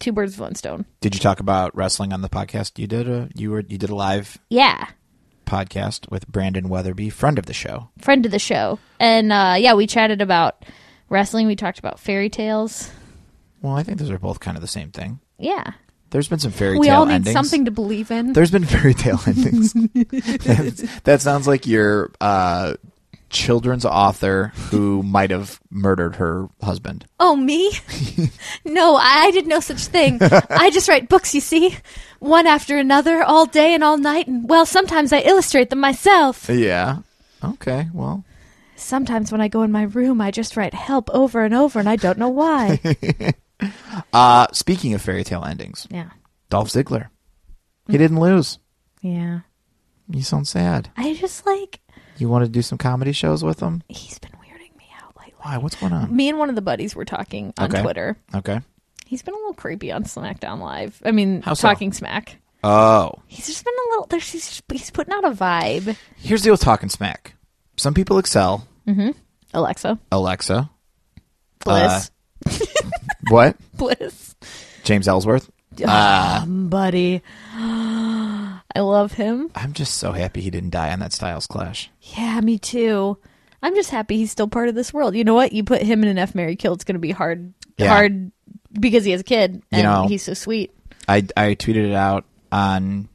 S4: two birds with one stone.
S3: Did you talk about wrestling on the podcast? You did a you were you did a live
S4: Yeah.
S3: podcast with Brandon Weatherby, friend of the show.
S4: friend of the show. And uh, yeah, we chatted about wrestling. We talked about fairy tales.
S3: Well, I think those are both kind of the same thing.
S4: Yeah.
S3: There's been some fairy
S4: We
S3: tale
S4: all need
S3: endings.
S4: something to believe in.
S3: There's been fairy tale endings. That's- that sounds like your uh, children's author who might have murdered her husband.
S4: oh, me? no, I, I did no such thing. I just write books, you see, one after another, all day and all night. And well, sometimes I illustrate them myself.
S3: Yeah. Okay, well,
S4: Sometimes when I go in my room, I just write help over and over, and I don't know why.
S3: uh, speaking of fairy tale endings,
S4: yeah.
S3: Dolph Ziggler, he didn't lose.
S4: Yeah.
S3: You sound sad.
S4: I just like,
S3: You want to do some comedy shows with him?
S4: he's been weirding me out lately.
S3: Why? What's going on?
S4: Me and one of the buddies were talking on
S3: Okay.
S4: Twitter.
S3: Okay.
S4: He's been a little creepy on SmackDown Live. I mean,
S3: How so?
S4: talking smack.
S3: Oh,
S4: He's just been a little, there's, he's, he's putting out a vibe.
S3: here's the deal with talking smack. Some people excel.
S4: Mm-hmm. Alexa,
S3: Alexa, Uh,
S4: bliss,
S3: what?
S4: bliss.
S3: James Ellsworth. uh,
S4: Um, buddy. I love him.
S3: I'm just so happy he didn't die on that Styles clash.
S4: Yeah, me too. I'm just happy he's still part of this world. You know what? You put him in an F Mary Kill, it's going to be hard,
S3: Yeah.
S4: hard because he has a kid and
S3: know-
S4: he's so sweet.
S3: I, I tweeted it out on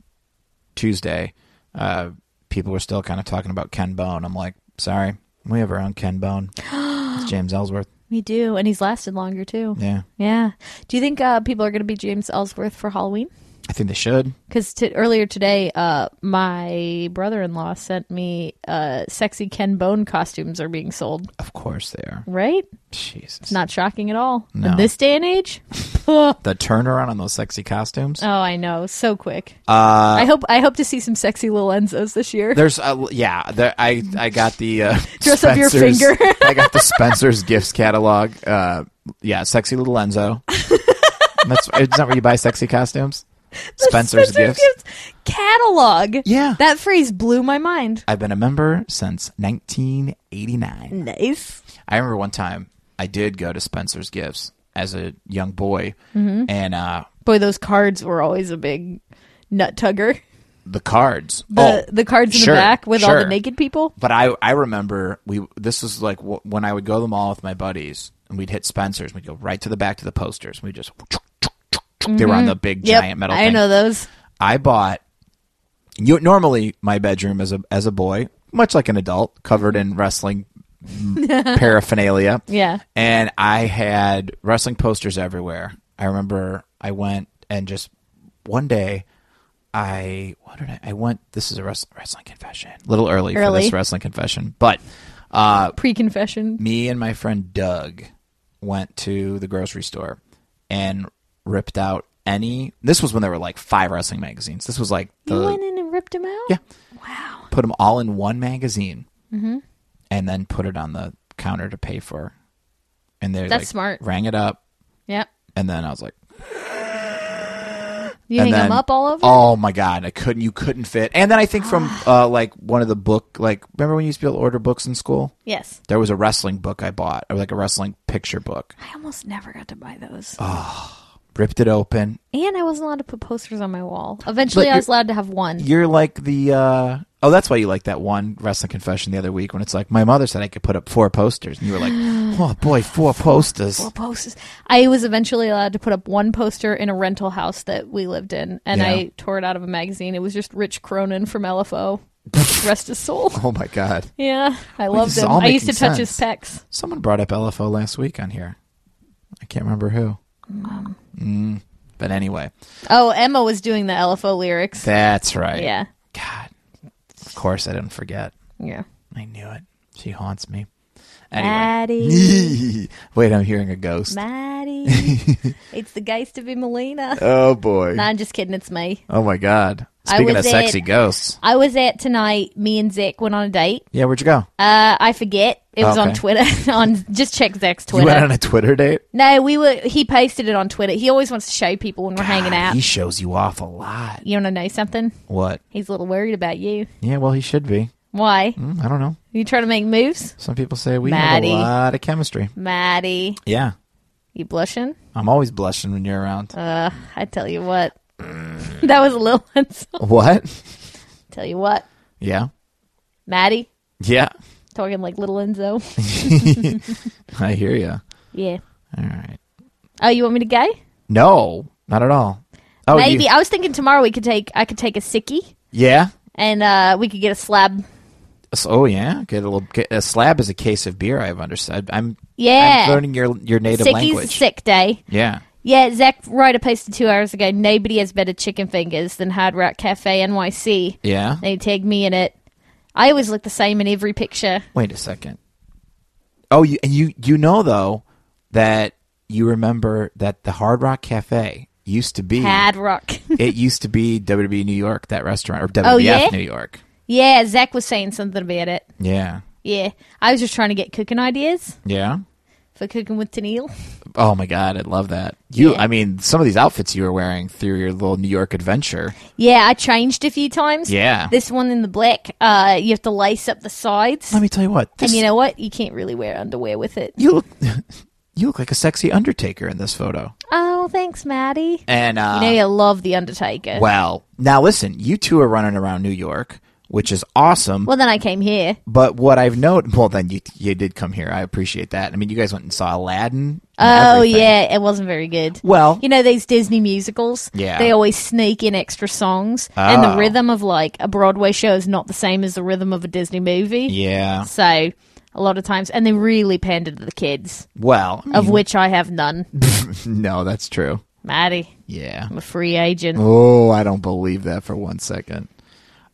S3: Tuesday. Uh, people were still kind of talking about Ken Bone. I'm like, sorry, we have our own Ken Bone. It's James Ellsworth.
S4: We do, and he's lasted longer too.
S3: Yeah,
S4: Yeah. Do you think uh, people are going to be James Ellsworth for Halloween?
S3: I think they should.
S4: Because t- earlier today, uh, my brother-in-law sent me uh, sexy Ken Bone costumes are being sold.
S3: Of course they are.
S4: Right?
S3: Jesus,
S4: Not shocking at all
S3: No.
S4: in this day and age. oh,
S3: the turnaround on those sexy costumes. Uh,
S4: I know, so quick. I hope I hope to see some sexy little Enzos this year.
S3: There's a yeah. There, I I got the uh,
S4: Dress up your
S3: Spencer's-
S4: finger.
S3: I got the Spencer's gifts catalog. Uh, yeah, sexy little Enzo. That's it's not where you buy sexy costumes. Spencer's, gifts.
S4: catalog.
S3: Yeah.
S4: that phrase blew my mind.
S3: I've been a member since 1989.
S4: Nice.
S3: I remember one time I did go to Spencer's Gifts as a young boy,
S4: Mm-hmm.
S3: and uh,
S4: Boy, those cards were always a big nut tugger.
S3: the cards.
S4: The
S3: oh,
S4: the cards in
S3: sure,
S4: the back with all the
S3: sure.
S4: naked people.
S3: But I I remember we this was like w- when I would go to the mall with my buddies and we'd hit Spencer's and we'd go right to the back to the posters and we just they were on the big
S4: Mm-hmm. Yep,
S3: giant metal.
S4: I
S3: thing.
S4: know those.
S3: I bought you normally my bedroom as a as a boy, much like an adult, covered in wrestling paraphernalia.
S4: Yeah.
S3: And I had wrestling posters everywhere. I remember I went and just one day I what did I I went this is a wrest- wrestling confession. A little early, for
S4: Early.
S3: this wrestling confession. But uh
S4: Pre confession.
S3: me and my friend Doug went to the grocery store and ripped out any. This was when there were like five wrestling magazines. This was like
S4: You
S3: the
S4: went in and ripped them out.
S3: Yeah.
S4: Wow. Mm-hmm.
S3: put them all in one magazine and then put it on the counter to pay for. And they
S4: That's
S3: like,
S4: smart.
S3: Rang it up,
S4: Yep.
S3: and then I was like,
S4: You
S3: and
S4: hang them
S3: then-
S4: up all over.
S3: Oh my god, I couldn't. You couldn't fit. And then I think from
S4: Ah.
S3: uh, like one of the book, like remember when you used to be able to order books in school?
S4: yes.
S3: There was a wrestling book I bought, or like a wrestling picture book.
S4: I almost never got to buy those,
S3: Oh. Ripped it open,
S4: and I wasn't allowed to put posters on my wall. Eventually, I
S3: you're-
S4: was allowed to have one.
S3: you're like the uh oh that's why you like that one wrestling confession the other week when it's like my mother said i could put up four posters and you were like oh boy four posters
S4: four posters. I was eventually allowed to put up one poster in a rental house that we lived in, and
S3: Yeah.
S4: I tore it out of a magazine. It was just Rich Cronin from LFO. Rest his soul.
S3: oh my god
S4: Yeah, I loved
S3: this is
S4: him.
S3: all
S4: I used to
S3: making
S4: touch his pecs.
S3: someone brought up lfo last week on here i can't remember who Mm. but anyway
S4: Oh, Emma was doing the LFO lyrics.
S3: that's right
S4: Yeah,
S3: god of course i didn't forget
S4: yeah.
S3: i knew it she haunts me anyway
S4: Maddie,
S3: wait i'm hearing a ghost
S4: Maddie, it's the geist of Emelina.
S3: oh boy
S4: Nah, I'm just kidding. It's me.
S3: oh my god
S4: I
S3: speaking of
S4: was
S3: sexy
S4: at-
S3: ghosts
S4: I was at tonight. Me and Zach went on a date.
S3: yeah where'd you go
S4: Uh, I forget. It was on
S3: Okay.
S4: Twitter. on just check Zach's Twitter.
S3: you went on a twitter date
S4: No, we were. He posted it on Twitter. He always wants to show people when we're hanging
S3: God,
S4: out.
S3: He shows you off a lot.
S4: you want to know something?
S3: What?
S4: He's a little worried about you.
S3: Yeah, well, he should be.
S4: Why?
S3: Mm, I don't know.
S4: You trying to make moves,
S3: Some people say we
S4: Maddie.
S3: have a lot of chemistry.
S4: Maddie?
S3: Yeah,
S4: You blushing? Uh,
S3: I'm always blushing when you're around.
S4: I tell you what, that was a little insult.
S3: what?
S4: tell you what,
S3: Yeah,
S4: Maddie
S3: yeah.
S4: talking like little Enzo.
S3: I hear you.
S4: yeah.
S3: All right.
S4: Oh, you want me to go?
S3: No, not at all. Oh, you-
S4: Maybe I was thinking tomorrow we could take. I could take a sickie
S3: yeah.
S4: and uh, we could get a slab.
S3: S- Oh, yeah. Get a little. Get, a slab is a case of beer. I've understood. I'm.
S4: Yeah.
S3: I'm learning your your native
S4: Sickie's a
S3: language.
S4: sick day.
S3: Yeah.
S4: Yeah, Zach Ryder posted two hours ago. Nobody has better chicken fingers than Hard Rock Cafe NYC.
S3: Yeah.
S4: They tagged me in it. I always look the same in every picture.
S3: Wait a second. Oh, you and you you know though that you remember that the Hard Rock Cafe used to be
S4: Hard rock.
S3: it used to be WWE New York that restaurant or WWF
S4: Oh, yeah?
S3: New York.
S4: yeah, Zach was saying something about it.
S3: Yeah.
S4: Yeah, I was just trying to get cooking ideas
S3: Yeah.
S4: for cooking with Tennille.
S3: Oh my god, I love that. You
S4: Yeah.
S3: I mean some of these outfits you were wearing through your little New York adventure.
S4: Yeah, I changed a few times.
S3: Yeah.
S4: This one in the black, uh, you have to lace up the sides.
S3: Let me tell you what.
S4: and
S3: This,
S4: you know what? You can't really wear underwear with it.
S3: you look you look like a sexy undertaker in this photo.
S4: Oh, thanks, Maddie.
S3: And uh
S4: you know you love The Undertaker.
S3: well, now listen, you two are running around New York, which is awesome.
S4: well, then I came here.
S3: But what I've noted, well, then you you did come here. I appreciate that. I mean, you guys went and saw Aladdin. and
S4: Oh
S3: everything.
S4: yeah, it wasn't very good.
S3: Well-
S4: you know these Disney musicals.
S3: Yeah.
S4: they always sneak in extra songs, and
S3: Oh.
S4: the rhythm of like a Broadway show is not the same as the rhythm of a Disney movie.
S3: yeah.
S4: So a lot of times, and they really pander to the kids,
S3: Well, I
S4: of
S3: mean,
S4: which I have none. Oh.
S3: no, that's true.
S4: Maddie,
S3: Yeah.
S4: I'm a free agent.
S3: Oh, I don't believe that for one second.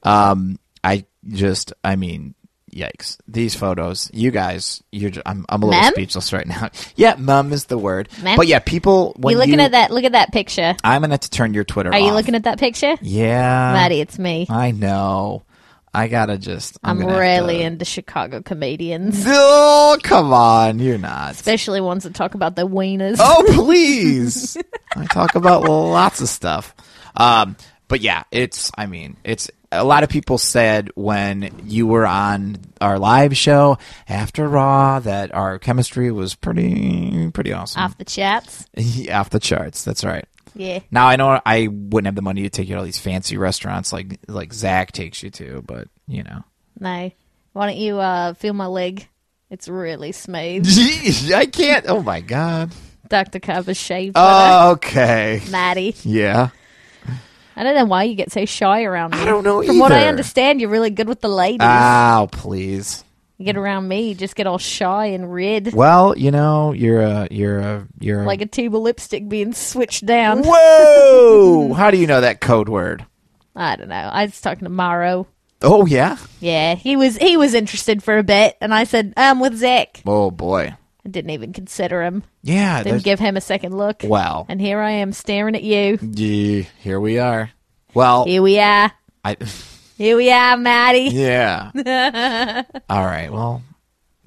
S3: Um, I just, I mean, yikes! These photos, you guys, you're. Just, I'm, I'm a little
S4: Mem?
S3: speechless right now. yeah, mum is the word.
S4: Mem?
S3: But yeah, people. When
S4: you looking
S3: you-
S4: at that? Look at that picture.
S3: I'm gonna have to turn your Twitter.
S4: Are you
S3: off.
S4: looking at that picture,
S3: Yeah,
S4: Maddie? It's me.
S3: I know. I gotta just. I'm,
S4: I'm,
S3: gonna have
S4: really
S3: to-
S4: into Chicago comedians,
S3: Oh, come on. You're not.
S4: especially ones that talk about their wieners.
S3: Oh, please. I talk about lots of stuff. Um, but yeah, it's, I mean, it's a lot of people said when you were on our live show after Raw that our chemistry was pretty, pretty awesome.
S4: Off the chats.
S3: Yeah, off the charts. That's right.
S4: Yeah.
S3: Now I know I wouldn't have the money to take you to all these fancy restaurants like like Zach takes you to, but you know.
S4: No. Why don't you uh, feel my leg? It's really smooth.
S3: I can't. Oh my god.
S4: Dr. Carver's shave
S3: Oh.
S4: butter.
S3: Okay.
S4: Maddie.
S3: Yeah.
S4: I don't know why you get so shy around me.
S3: I don't know
S4: From what I
S3: either.
S4: understand, you're really good with the ladies.
S3: Oh, please.
S4: you get around me, you just get all shy and red,
S3: Well, you know, you're a you're a you're a
S4: like a tube of lipstick being switched down.
S3: Whoa! How do you know that code word?
S4: I don't know. I was talking to Maro.
S3: Oh yeah.
S4: Yeah, he was he was interested for a bit, and I said I'm with Zach.
S3: Oh boy.
S4: I didn't even consider him.
S3: Yeah.
S4: Didn't
S3: there's-
S4: give him a second look.
S3: Wow.
S4: And here I am staring at you.
S3: Yeah, here we are. Well,
S4: Here we are.
S3: I
S4: Here we are, Maddie.
S3: yeah. All right. Well,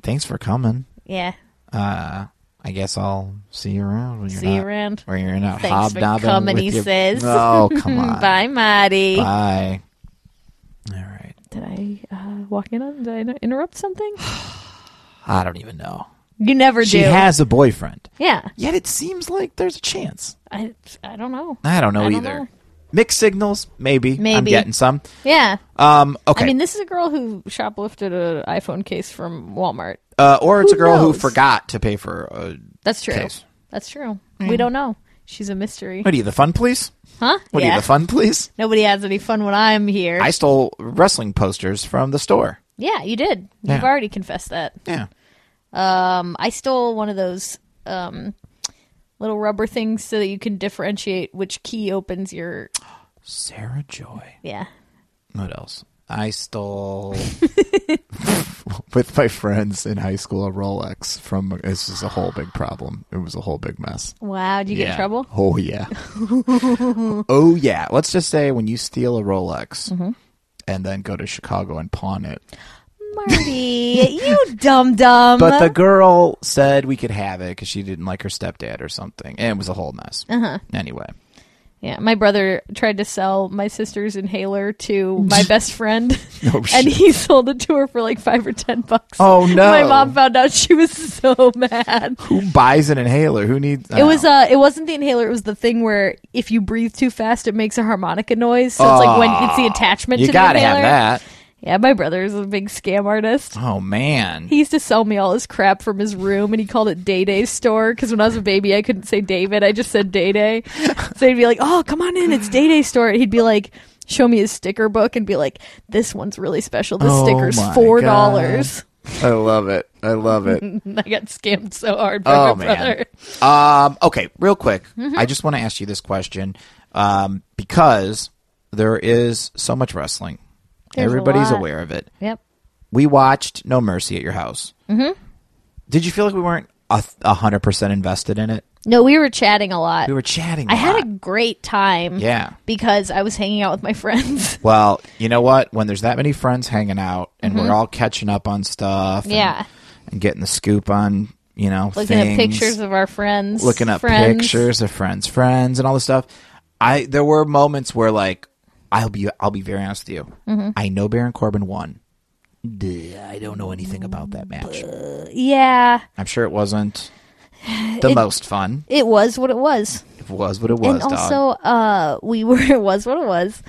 S3: thanks for coming.
S4: Yeah.
S3: Uh, I guess I'll see you around when you're
S4: See you
S3: not-
S4: around.
S3: when you're not
S4: Thanks for
S3: hobnobbing
S4: coming,
S3: with
S4: he
S3: your-
S4: says.
S3: Oh come on.
S4: Mm, Bye, Maddie.
S3: Bye. All right.
S4: Did I uh, walk in on? Did I inter- interrupt something?
S3: I don't even know.
S4: You never
S3: She
S4: do.
S3: has a boyfriend.
S4: yeah.
S3: Yet it seems like there's a chance.
S4: I, I don't know.
S3: I don't know
S4: I don't
S3: either.
S4: know.
S3: Mixed signals, maybe. I'm
S4: Maybe.
S3: getting some.
S4: Yeah.
S3: Um, okay.
S4: I mean, this is a girl who shoplifted an iPhone case from Walmart.
S3: uh, or it's a
S4: who
S3: girl
S4: knows?
S3: who forgot to pay for. Uh,
S4: That's true.
S3: Case. Mm.
S4: That's true. We don't know. She's a mystery.
S3: what are you, the fun police?
S4: Huh?
S3: What are
S4: yeah.
S3: you, the fun police?
S4: Nobody has any fun when I'm here.
S3: I stole wrestling posters from the store.
S4: yeah, you did. You've
S3: Yeah.
S4: already confessed that.
S3: Yeah.
S4: Um, I stole one of those um, little rubber things so that you can differentiate which key opens your.
S3: Sarah Joy.
S4: Yeah.
S3: What else? I stole with my friends in high school a Rolex from. This is a whole big problem. It was a whole big mess.
S4: Wow. Did you get in trouble?
S3: Oh yeah. oh yeah. Let's just say when you steal a Rolex
S4: Mm-hmm.
S3: and then go to Chicago and pawn it.
S4: Marty, you dum dum.
S3: But the girl said we could have it because she didn't like her stepdad or something, and it was a whole mess. Uh-huh. Anyway,
S4: yeah, my brother tried to sell my sister's inhaler to my best friend,
S3: Oh, shit.
S4: and he sold it to her for like five or ten bucks.
S3: Oh, no.
S4: My mom found out; she was so mad.
S3: who buys an inhaler? Who needs?
S4: It was uh, it wasn't the inhaler; it was the thing where if you breathe too fast, it makes a harmonica noise. So it's like when it's the attachment.
S3: you
S4: to
S3: gotta
S4: the
S3: have
S4: inhaler.
S3: that.
S4: Yeah, my brother's a big scam artist.
S3: Oh man.
S4: He used to sell me all his crap from his room, and he called it Day Day Store because when I was a baby, I couldn't say David. I just said Day Day. So he'd be like, "Oh, come on in, it's Day Day Store." He'd be like, "Show me his sticker book," and be like, "This one's really special. This
S3: Oh
S4: sticker's
S3: my
S4: four dollars."
S3: I love it. I love it.
S4: I got scammed so hard by
S3: oh
S4: my
S3: man.
S4: brother. Mm-hmm.
S3: Um, okay, real quick. I just want to ask you this question um, because there is so much wrestling.
S4: There's a
S3: Everybody's
S4: lot.
S3: aware of it.
S4: Yep.
S3: we watched No Mercy at your house. Mm-hmm. Did you feel like we weren't a hundred percent invested in it?
S4: No, we were chatting a lot.
S3: We were chatting. I
S4: I had a great time.
S3: Yeah.
S4: Because I was hanging out with my friends.
S3: Well, you know what? When there's that many friends hanging out and we're all catching up on stuff,
S4: Mm-hmm.
S3: and-
S4: Yeah.
S3: and, getting the scoop on you know
S4: Looking
S3: things,
S4: at pictures of our friends.
S3: looking up
S4: friends.
S3: pictures of friends, friends, and all this stuff. I there were moments where like I'll be I'll be very honest with you.
S4: Mm-hmm.
S3: I know Baron Corbin won. Duh, I don't know anything about that match.
S4: Yeah.
S3: I'm sure it wasn't the most fun.
S4: It was what it was.
S3: It was what it was.
S4: and
S3: dog.
S4: also, uh, we were, it was what it was.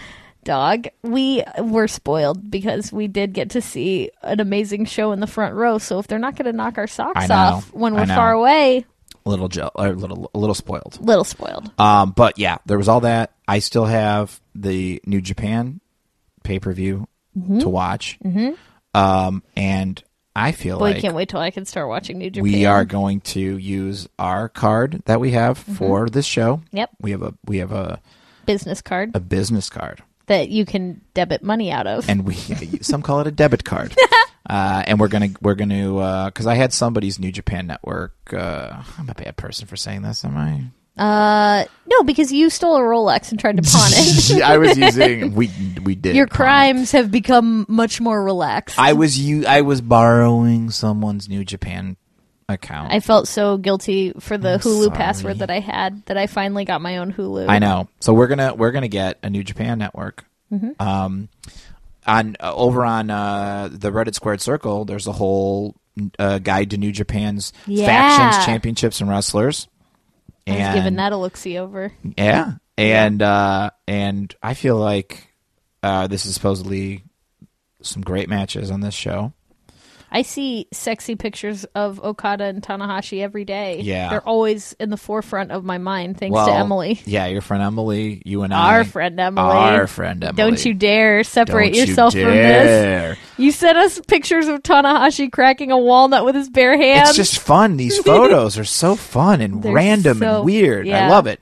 S4: Dog, we were spoiled because we did get to see an amazing show in the front row. So if they're not going to knock our
S3: I
S4: socks
S3: know.
S4: off when
S3: I
S4: we're
S3: know.
S4: far away,
S3: a little je- or a little a little spoiled.
S4: little spoiled.
S3: Um, but yeah, there was all that. I still have the New Japan pay per view to watch. Mm-hmm. Um, and I feel
S4: Boy,
S3: like
S4: can't wait till I can start watching New Japan.
S3: we are going to use our card that we have for this show.
S4: Mm-hmm. Yep.
S3: we have a we have a,
S4: business card
S3: a business card,
S4: that you can debit money out of.
S3: and we some call it a debit card. Uh, and we're gonna we're gonna because I had somebody's New Japan Network. Uh, I'm a bad person for saying this, am I?
S4: Uh, no, because you stole a Rolex and tried to pawn it.
S3: I was using we we did
S4: Your
S3: crime.
S4: crimes have become much more relaxed. I,
S3: I was you. I was borrowing someone's New Japan account. I,
S4: felt so guilty for the Hulu
S3: sorry.
S4: password that I had that I finally got my own Hulu.
S3: know. So we're gonna we're gonna get a New Japan network.
S4: Mm-hmm.
S3: Um, on uh, over on uh, the Reddit Squared Circle, there's a whole uh, guide to New Japan's
S4: Yeah.
S3: factions, championships, and wrestlers.
S4: I was
S3: and,
S4: giving that a look see over.
S3: Yeah, and uh, and I feel like uh, this is supposedly some great matches on this show.
S4: I see sexy pictures of Okada and Tanahashi every day.
S3: Yeah.
S4: They're always in the forefront of my mind, thanks to Emily.
S3: Yeah, your friend Emily, you and I,
S4: Our friend Emily.
S3: our friend Emily.
S4: Don't you dare separate
S3: Don't
S4: yourself
S3: you
S4: from this.
S3: dare.
S4: You sent us pictures of Tanahashi cracking a walnut with his bare hands.
S3: It's just fun. These photos are so fun and
S4: They're
S3: random
S4: so-
S3: and weird. I
S4: yeah.
S3: love it.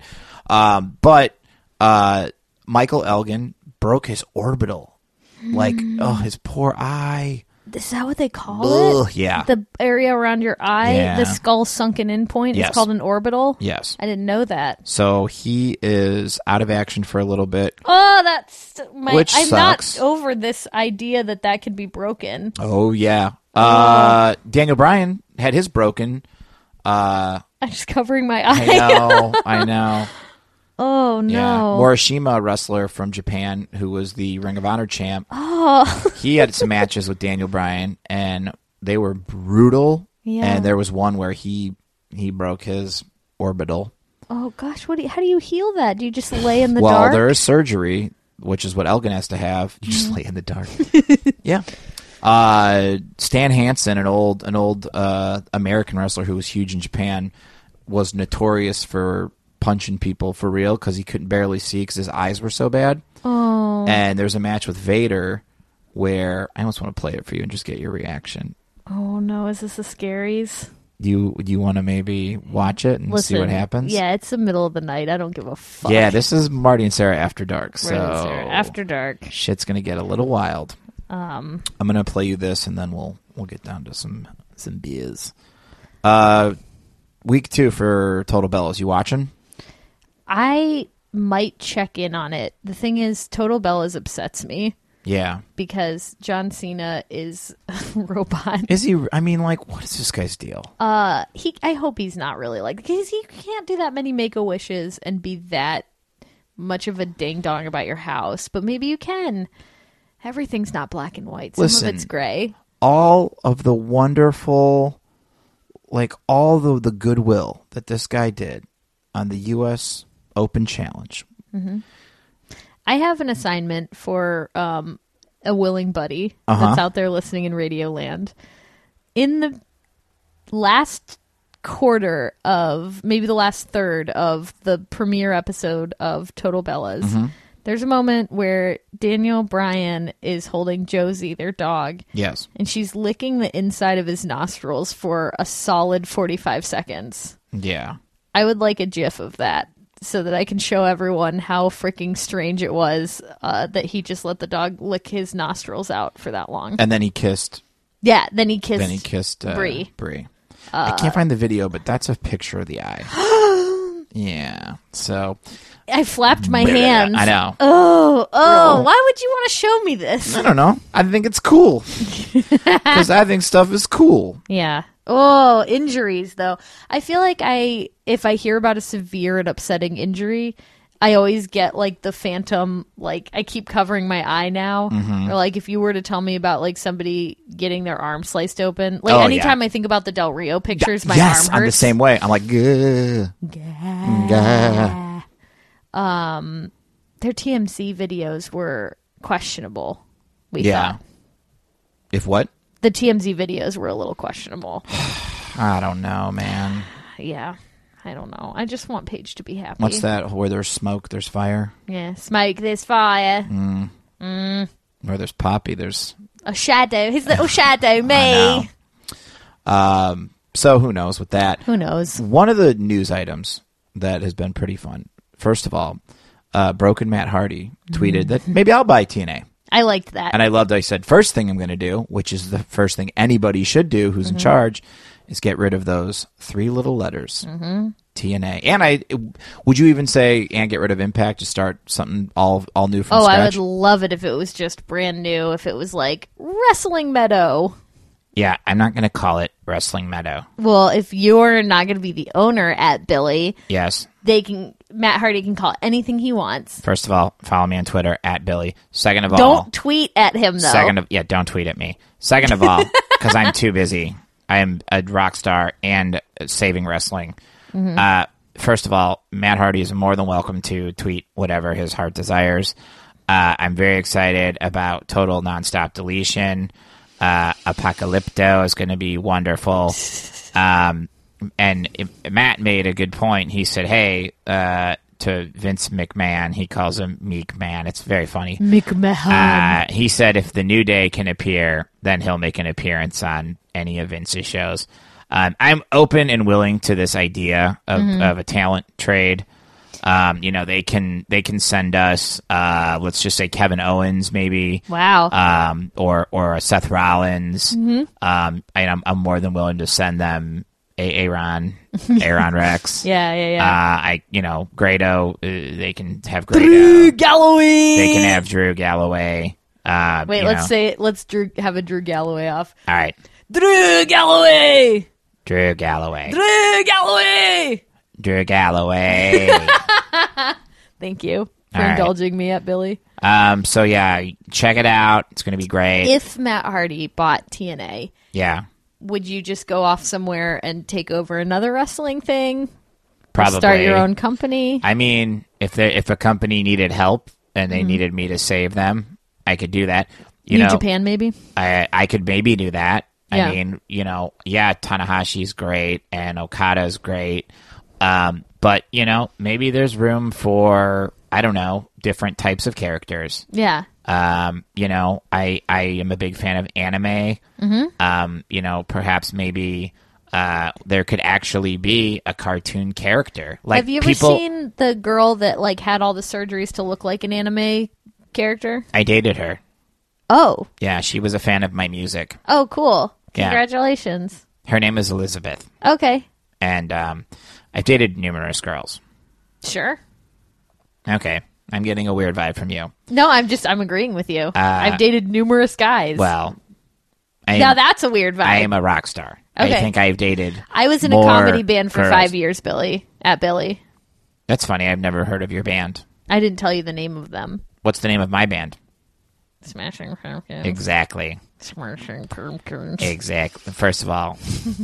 S3: Um, but uh, Michael Elgin broke his orbital. Like, oh, his poor eye.
S4: Is that Mm. what they call
S3: Ugh,
S4: it?
S3: yeah.
S4: The area around your eye,
S3: Yeah.
S4: the skull sunken in point,
S3: Yes.
S4: is called an orbital.
S3: Yes.
S4: I didn't know that.
S3: So he is out of action for a little bit.
S4: Oh, that's my.
S3: Which
S4: I'm
S3: sucks.
S4: not over this idea that that could be broken.
S3: Oh yeah. Uh, Daniel Bryan had his broken. Uh,
S4: I'm just covering my
S3: I
S4: eye.
S3: know. I know.
S4: Oh no.
S3: Yeah. Morishima, a wrestler from Japan who was the Ring of Honor champ.
S4: Oh.
S3: he had some matches with Daniel Bryan and they were brutal.
S4: Yeah.
S3: And there was one where he he broke his orbital.
S4: oh gosh, what? Do you, how do you heal that? Do you just lay in the
S3: well,
S4: dark? Mm-hmm.
S3: there is surgery, which is what Elgin has to have. You just lay in the dark. yeah. Uh, Stan Hansen, an old an old uh, American wrestler who was huge in Japan, was notorious for punching people for real because he couldn't barely see because his eyes were so bad. Oh.
S4: Mm.
S3: And there's a match with Vader where I almost want to play it for you and just get your reaction.
S4: oh no, is this the scaries?
S3: Do you do you want to maybe watch it and see what
S4: Listen,
S3: happens?
S4: Yeah, it's the middle of the night. I don't give a fuck.
S3: Yeah, this is Marty and Sarah After Dark. So
S4: We're in Sarah after dark.
S3: shit's gonna get a little wild. Um, I'm gonna play you this, and then we'll we'll get down to some some beers. Uh, week two for Total Bellas. You watching?
S4: I might check in on it. The thing is, Total Bellas upsets me
S3: Yeah.
S4: because John Cena is a robot.
S3: Is he? I mean, like, what is this guy's deal?
S4: Uh, he. I hope he's not really like because he can't do that many make a wishes and be that much of a ding dong about your house. But maybe you can. Everything's not black and white. Some
S3: Listen.
S4: of it's gray.
S3: all of the wonderful, like, all the the goodwill that this guy did on the U.S. Open Challenge.
S4: I have an assignment for um, a willing buddy that's out there listening in Radio Land. In the last quarter of maybe the last third of the premiere episode of Total Bellas, there's a moment where Daniel Bryan is holding Josie, their dog,
S3: Yes.
S4: and she's licking the inside of his nostrils for a solid 45 seconds.
S3: Yeah.
S4: I would like a gif of that so that I can show everyone how freaking strange it was uh, that he just let the dog lick his nostrils out for that long.
S3: And then he kissed
S4: Yeah, then he kissed.
S3: Then he kissed uh,
S4: Bree. Uh,
S3: Bree. I can't find the video, but that's a picture of the eye. yeah. So
S4: I flapped my hands.
S3: I know.
S4: Oh, oh! Why would you want to show me this?
S3: I don't know. I think it's cool because I think stuff is cool.
S4: Yeah. Oh, injuries though. I feel like I, if I hear about a severe and upsetting injury, I always get like the phantom. Like I keep covering my eye now,
S3: Mm-hmm.
S4: or like if you were to tell me about like somebody getting their arm sliced open. Like
S3: Oh, yeah.
S4: anytime I think about the Del Rio pictures, my
S3: yes,
S4: arm hurts.
S3: I'm the same way. I'm like, "Gah, gah."
S4: Um, Their TMC videos were questionable. We
S3: yeah.
S4: thought
S3: If what?
S4: the TMZ videos were a little questionable.
S3: I don't know, man.
S4: yeah. I don't know. I just want Paige to be happy.
S3: What's that? Where there's smoke, there's fire.
S4: Yeah, smoke. There's fire.
S3: Mm. Where there's poppy, there's
S4: A shadow. His little shadow.
S3: know.
S4: Me.
S3: so who knows with that.
S4: Who knows?
S3: One of the news items that has been pretty fun. First of all, uh, broken Matt Hardy tweeted
S4: Mm.
S3: that maybe I'll buy TNA.
S4: I liked that.
S3: And I loved I said first thing I'm going to do, which is the first thing anybody should do who's
S4: Mm-hmm.
S3: in charge, is get rid of those three little letters. Mm-hmm. TNA. And I would you even say and get rid of Impact to start something all all new from
S4: oh, I
S3: scratch?
S4: would love it if it was just brand new. If it was like Wrestling Meadow.
S3: yeah, I'm not going to call it Wrestling Meadow.
S4: Well, if you're not going to be the owner at Billy,
S3: Yes.
S4: they can. Matt Hardy can call it anything he wants.
S3: First of all, follow me on Twitter at Billy. Second of all,
S4: Don't tweet at him though.
S3: Second of yeah, don't tweet at me. Second of all, because I'm too busy. I am a rock star and saving wrestling. Uh, first of all, Matt Hardy is more than welcome to tweet whatever his heart desires. Uh, I'm very excited about total nonstop deletion. Uh, Apocalypto is going to be wonderful. Um, and it- Matt made a good point. He said, "Hey." Uh, to Vince McMahon, he calls him Meek Man. It's very funny.
S4: Um,
S3: Uh, he said if the New Day can appear, then he'll make an appearance on any of Vince's shows. Um, I'm open and willing to this idea of,
S4: Mm-hmm.
S3: of a talent trade. Um, you know, they can they can send us, uh, let's just say Kevin Owens, maybe
S4: wow. Mm-hmm.
S3: um, or or a Seth Rollins. Um, I, I'm, I'm more than willing to send them a Aaron, Aaron Rex.
S4: yeah, yeah,
S3: Uh,
S4: yeah.
S3: I you know Grado, uh, they can have Grado.
S4: Galloway.
S3: They can have Drew Galloway.
S4: Eh.
S3: Uh,
S4: Wait,
S3: you
S4: let's
S3: know.
S4: say let's Drew, have a Drew Galloway off.
S3: All right,
S4: Drew Galloway.
S3: Drew Galloway.
S4: Drew Galloway.
S3: Drew Galloway.
S4: Thank you for
S3: All right.
S4: indulging me at Billy.
S3: um, so yeah, check it out. It's gonna be great.
S4: If Matt Hardy bought TNA,
S3: yeah,
S4: would you just go off somewhere and take over another wrestling thing?
S3: probably
S4: Start your own company?
S3: I mean, if they, if a company needed help and they needed me to save them, I could do that. You
S4: Mm-hmm. New
S3: know,
S4: Japan, maybe?
S3: I I could maybe do that.
S4: Yeah.
S3: I mean, you know, yeah, Tanahashi's great and Okada's great. Um, but you know, maybe there's room for I don't know, different types of characters.
S4: Yeah.
S3: Um, you know, I I am a big fan of anime.
S4: Mm-hmm.
S3: Um, you know, perhaps maybe uh, there could actually be a cartoon character. Like
S4: have you ever
S3: people,
S4: seen the girl that like had all the surgeries to look like an anime character?
S3: I dated her.
S4: Oh.
S3: Yeah, she was a fan of my music.
S4: Oh, cool.
S3: Yeah.
S4: Congratulations.
S3: Her name is Elizabeth,
S4: Okay.
S3: and um, I've dated numerous girls.
S4: Sure.
S3: Okay, I'm getting a weird vibe from you.
S4: No, I'm just I'm agreeing with you. I've dated numerous guys.
S3: Uh, Well, I am,
S4: now that's a weird vibe.
S3: I am a rock star.
S4: Okay.
S3: I think I've dated.
S4: I was in a
S3: more
S4: comedy band for
S3: girls.
S4: five years, Billy. At Billy,
S3: That's funny. I've never heard of your band.
S4: I didn't tell you the name of them.
S3: What's the name of my band?
S4: Smashing pumpkins.
S3: Exactly.
S4: smashing pumpkins.
S3: Exactly. First of all,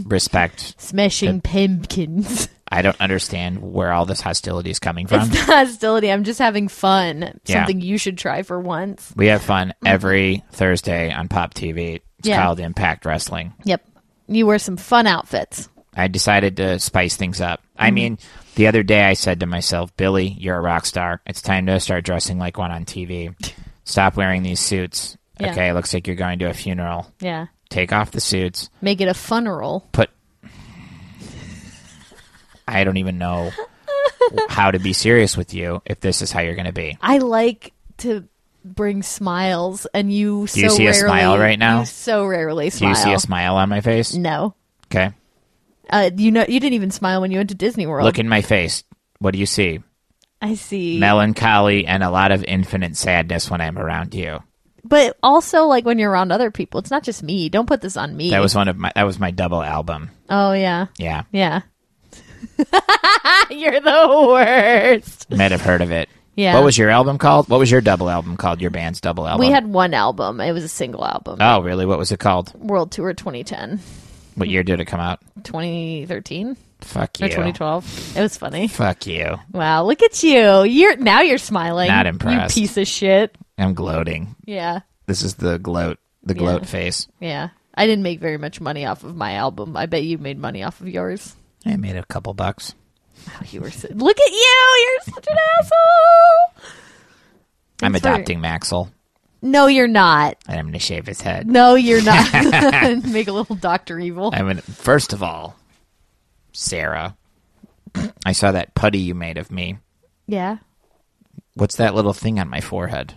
S3: respect.
S4: Smashing pumpkins.
S3: I don't understand where all this hostility is coming from.
S4: It's not hostility. I'm just having fun.
S3: Yeah.
S4: Something you should try for once.
S3: We have fun every Thursday on Pop TV. It's
S4: Mm-hmm. Yeah.
S3: called Impact Wrestling.
S4: Yep. You wear some fun outfits.
S3: I decided to spice things up. I
S4: Mm-hmm.
S3: mean, the other day I said to myself, Billy, you're a rock star. It's time to start dressing like one on TV. Stop wearing these suits.
S4: Yeah.
S3: Okay, it looks like you're going to a funeral.
S4: Yeah.
S3: Take off the suits.
S4: Make it a funeral.
S3: Put. I don't even know how to be serious with you if this is how you're going to be.
S4: I like to brings smiles, and you
S3: Do you
S4: so
S3: see a
S4: rarely,
S3: smile right now?
S4: You so rarely
S3: Do
S4: smile. Mm.
S3: you see a smile on my face?
S4: No,
S3: Okay.
S4: uh, you know you didn't even smile when you went to Disney World.
S3: Look in my face. What do you see?
S4: I see,
S3: Melancholy and a lot of infinite sadness when I'm around you.
S4: but also like when you're around other people, it's not just me. Don't put this on me.
S3: That was one of my that was my double album.
S4: oh yeah,
S3: Yeah.
S4: yeah. you're the worst.
S3: Might have heard of it.
S4: Yeah.
S3: What was your album called? What was your double album called? Your band's double album.
S4: We had one album. It was a single album.
S3: Oh, really? What was it called?
S4: World Tour 2010,
S3: What year did it come out?
S4: 2013
S3: Fuck
S4: or
S3: you.
S4: 2012. It was funny.
S3: Fuck you.
S4: Wow, look at you. You're now you're smiling.
S3: Not impressed.
S4: You piece of shit.
S3: I'm gloating.
S4: Yeah.
S3: This is the gloat, the gloat
S4: Yeah.
S3: face.
S4: Yeah. I didn't make very much money off of my album. I bet you made money off of yours.
S3: I made a couple bucks.
S4: Oh, you were so- Look at you. You're such an asshole.
S3: I'm
S4: That's right.
S3: adopting Maxwell,
S4: No, you're not.
S3: and I'm gonna shave his head.
S4: No, you're not. make a little Dr. Evil.
S3: I mean, first of all, Sarah, I saw that putty you made of me.
S4: Yeah.
S3: What's that little thing on my forehead?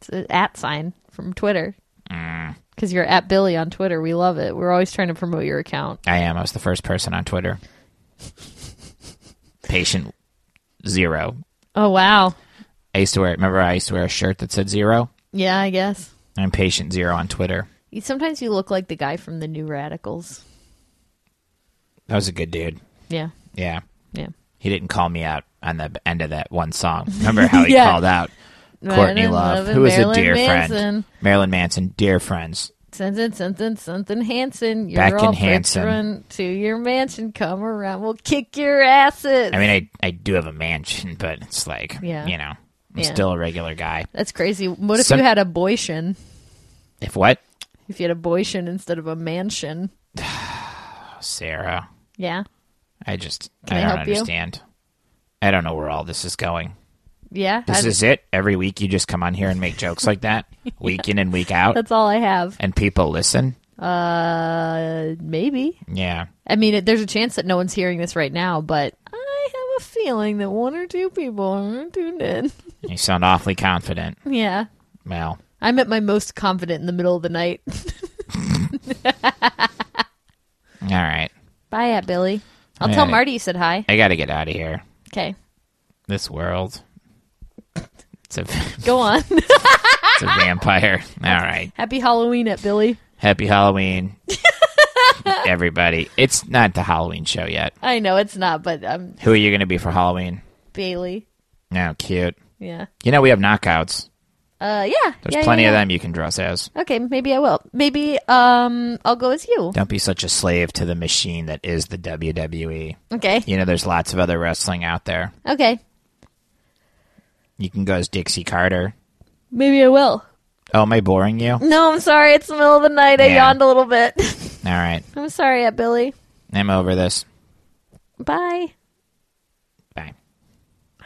S4: It's an at sign from Twitter.
S3: Mm.
S4: Because you're at Billy on Twitter. We love it. We're always trying to promote your account.
S3: I am. I was the first person on Twitter. Patient zero.
S4: Oh, wow.
S3: I used to wear. Remember, I used to wear a shirt that said zero.
S4: Yeah, I guess.
S3: I'm patient zero on Twitter.
S4: You- Sometimes you look like the guy from the New Radicals.
S3: That was a good dude.
S4: Yeah.
S3: Yeah,
S4: Yeah.
S3: he didn't call me out on the end of that one song. Remember how he
S4: Yeah.
S3: called out Courtney
S4: Right, I
S3: Love,
S4: it.
S3: who is a
S4: Marilyn
S3: dear friend,
S4: Manson.
S3: Marilyn Manson, dear friends.
S4: Something, something, something, Hanson. You're
S3: Back in
S4: all
S3: Hanson.
S4: Run to your mansion. Come around. We'll kick your asses.
S3: I mean, I I do have a mansion, but it's like,
S4: Yeah.
S3: you know, I'm
S4: Yeah.
S3: still a regular guy.
S4: That's crazy. What if
S3: Some-
S4: you had a boytion?
S3: If what,
S4: If you had a boytion instead of a mansion?
S3: Oh, Sarah?
S4: Yeah.
S3: I just
S4: Can
S3: I
S4: I
S3: don't
S4: help you?
S3: understand. I don't know where all this is going.
S4: Yeah.
S3: This
S4: I-
S3: is it. Every week you just come on here and make jokes like that, week in and week out,
S4: that's all I have.
S3: and people listen.
S4: Uh, maybe.
S3: Yeah,
S4: I mean, it, there's a chance that no one's hearing this right now, but I have a feeling that one or two people are tuned in.
S3: you sound awfully confident.
S4: yeah.
S3: Well,
S4: I'm at my most confident in the middle of the night.
S3: all right.
S4: Bye, at Billy. I'll
S3: Yeah.
S4: tell Marty you said hi.
S3: I got to get out of here.
S4: Okay,
S3: This world. It's a, it's
S4: go on.
S3: a vampire. All right.
S4: Happy Halloween at Billy.
S3: Happy Halloween, everybody. It's not the Halloween show yet.
S4: I know it's not, but um,
S3: Who are you going to be for Halloween?
S4: Bailey.
S3: No, cute.
S4: Yeah.
S3: You know, we have knockouts.
S4: Uh, yeah.
S3: There's
S4: yeah,
S3: plenty
S4: yeah,
S3: of
S4: yeah.
S3: them you can dress as.
S4: Okay, maybe I will. Maybe um, I'll go as you.
S3: Don't be such a slave to the machine that is the WWE.
S4: Okay.
S3: You know, there's lots of other wrestling out there.
S4: Okay.
S3: You can go as Dixie Carter.
S4: Maybe I will.
S3: Oh, am I boring you? All
S4: No, I'm sorry. It's the middle of the night. I
S3: Yeah.
S4: yawned a little bit.
S3: right.
S4: I'm sorry, at Billy.
S3: I'm over this.
S4: Bye.
S3: Bye.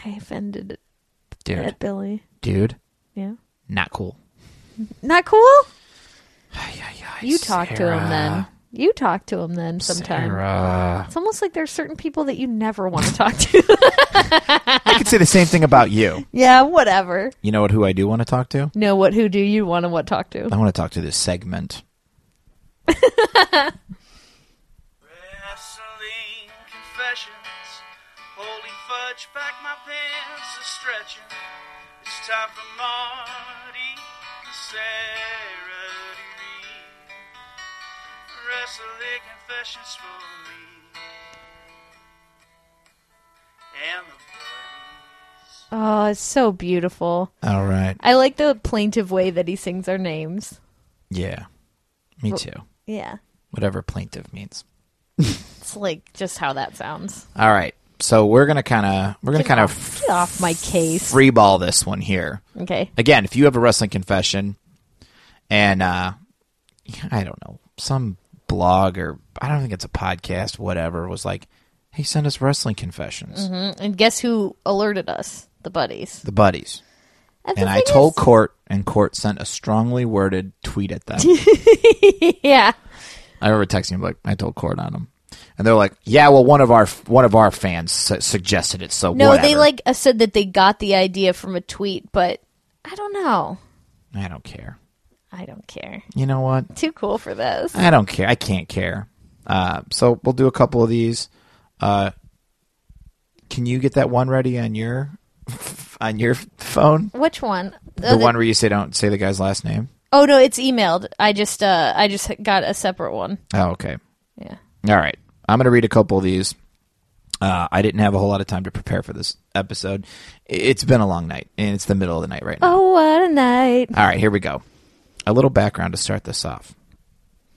S4: I offended
S3: Dude.
S4: at Billy.
S3: Dude.
S4: Yeah.
S3: Not cool.
S4: Not cool.
S3: Guys,
S4: You talk to him then. You talk to him then sometime.
S3: Sarah.
S4: It's almost like there's certain people that you never want to talk to.
S3: I could say the same thing about you.
S4: yeah, whatever.
S3: You know what? Who I do want to talk to?
S4: Know what who do you want to what talk to?
S3: I want to talk to this segment.
S6: Wrestling confessions. Holy fudge, back my pants are stretching. It's time for Marty and Sarah to read. Wrestling confessions for me. And the buddies.
S4: Oh, it's so beautiful.
S3: All right.
S4: I like the plaintive way that he sings our names.
S3: Yeah. Me too.
S4: Yeah.
S3: Whatever plaintive means.
S4: It's like just how that sounds.
S3: All right. So we're gonna kind of we're gonna kind of
S4: Get off my case.
S3: free ball this one here.
S4: Okay.
S3: Again, if you have a wrestling confession, and uh I don't know some blog or I don't think it's a podcast, whatever, was like, hey, send us wrestling confessions.
S4: Mm, And guess who alerted us? The buddies.
S3: The buddies.
S4: the
S3: And I
S4: thing
S3: told
S4: is-
S3: Court, and Court sent a strongly worded tweet at them.
S4: Yeah.
S3: I remember texting him like I told Court on them, and they're like, "Yeah, well, one of our one of our fans su- suggested it, so
S4: No,
S3: whatever."
S4: they like uh, said that they got the idea from a tweet, but I don't know.
S3: I don't care.
S4: I don't care.
S3: You know what?
S4: Too cool for this.
S3: I don't care. I can't care. Uh, so we'll do a couple of these. Uh, can you get that one ready on your on your phone?
S4: Which one?
S3: The, one where you say don't say the guy's last name.
S4: Oh no, it's emailed. I just uh I just got a separate one.
S3: Oh, okay.
S4: Yeah.
S3: All right. I'm going to read a couple of these. Uh, I didn't have a whole lot of time to prepare for this episode. I- It's been a long night, and it's the middle of the night right now.
S4: Oh, what a night.
S3: All right, here we go. A little background to start this off.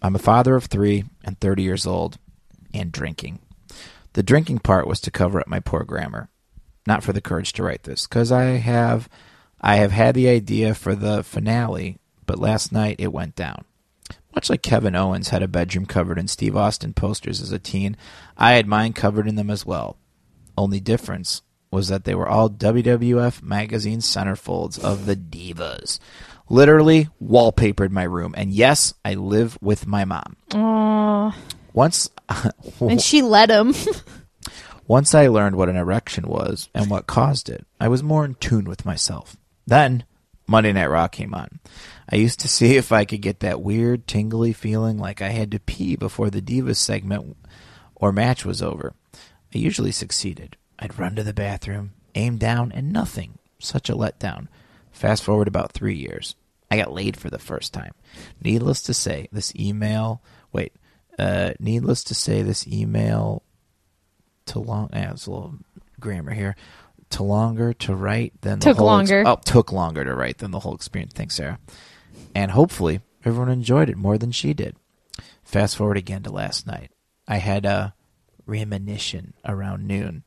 S3: I'm a father of three and 30 years old and drinking. The drinking part was to cover up my poor grammar. Not for the courage to write this, because I have, I have had the idea for the finale, but last night it went down. Much like Kevin Owens had a bedroom covered in Steve Austin posters as a teen, I had mine covered in them as well. Only difference was that they were all WWF magazine centerfolds of the divas. Literally wallpapered my room, and yes, I live with my mom. Once,
S4: And she let him.
S3: once I learned what an erection was and what caused it, I was more in tune with myself. Then, Monday Night Raw came on. I used to see if I could get that weird, tingly feeling like I had to pee before the Divas segment or match was over. I usually succeeded. I'd run to the bathroom, aim down, and nothing. Such a letdown. Fast forward about three years. I got laid for the first time. Needless to say, this email. Wait. Uh, needless to say, this email to long. Yeah, it's a little grammar here. To longer to write than
S4: Took
S3: the whole
S4: longer.
S3: oh, took longer to write than the whole experience. Thanks, Sarah. And hopefully, everyone enjoyed it more than she did. Fast forward again to last night. I had uh, a reminiscence around noon.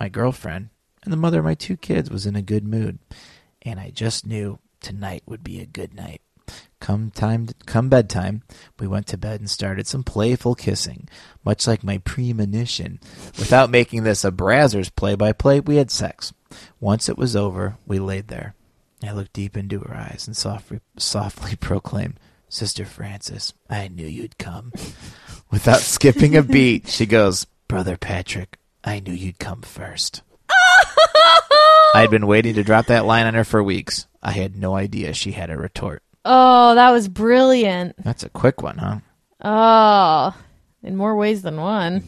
S3: My girlfriend and the mother of my two kids was in a good mood, and I just knew tonight would be a good night. Come time, come bedtime, we went to bed and started some playful kissing, much like my premonition. Without making this a Brazzers play-by-play, we had sex. Once it was over, we laid there. I looked deep into her eyes and softly, softly proclaimed, "Sister Frances, I knew you'd come." Without skipping a beat, she goes, "Brother Patrick, I knew you'd come first. I had been waiting to drop that line on her for weeks. I had no idea she had a retort.
S4: Oh, that was brilliant.
S3: That's a quick one, huh?
S4: Oh, in more ways than one.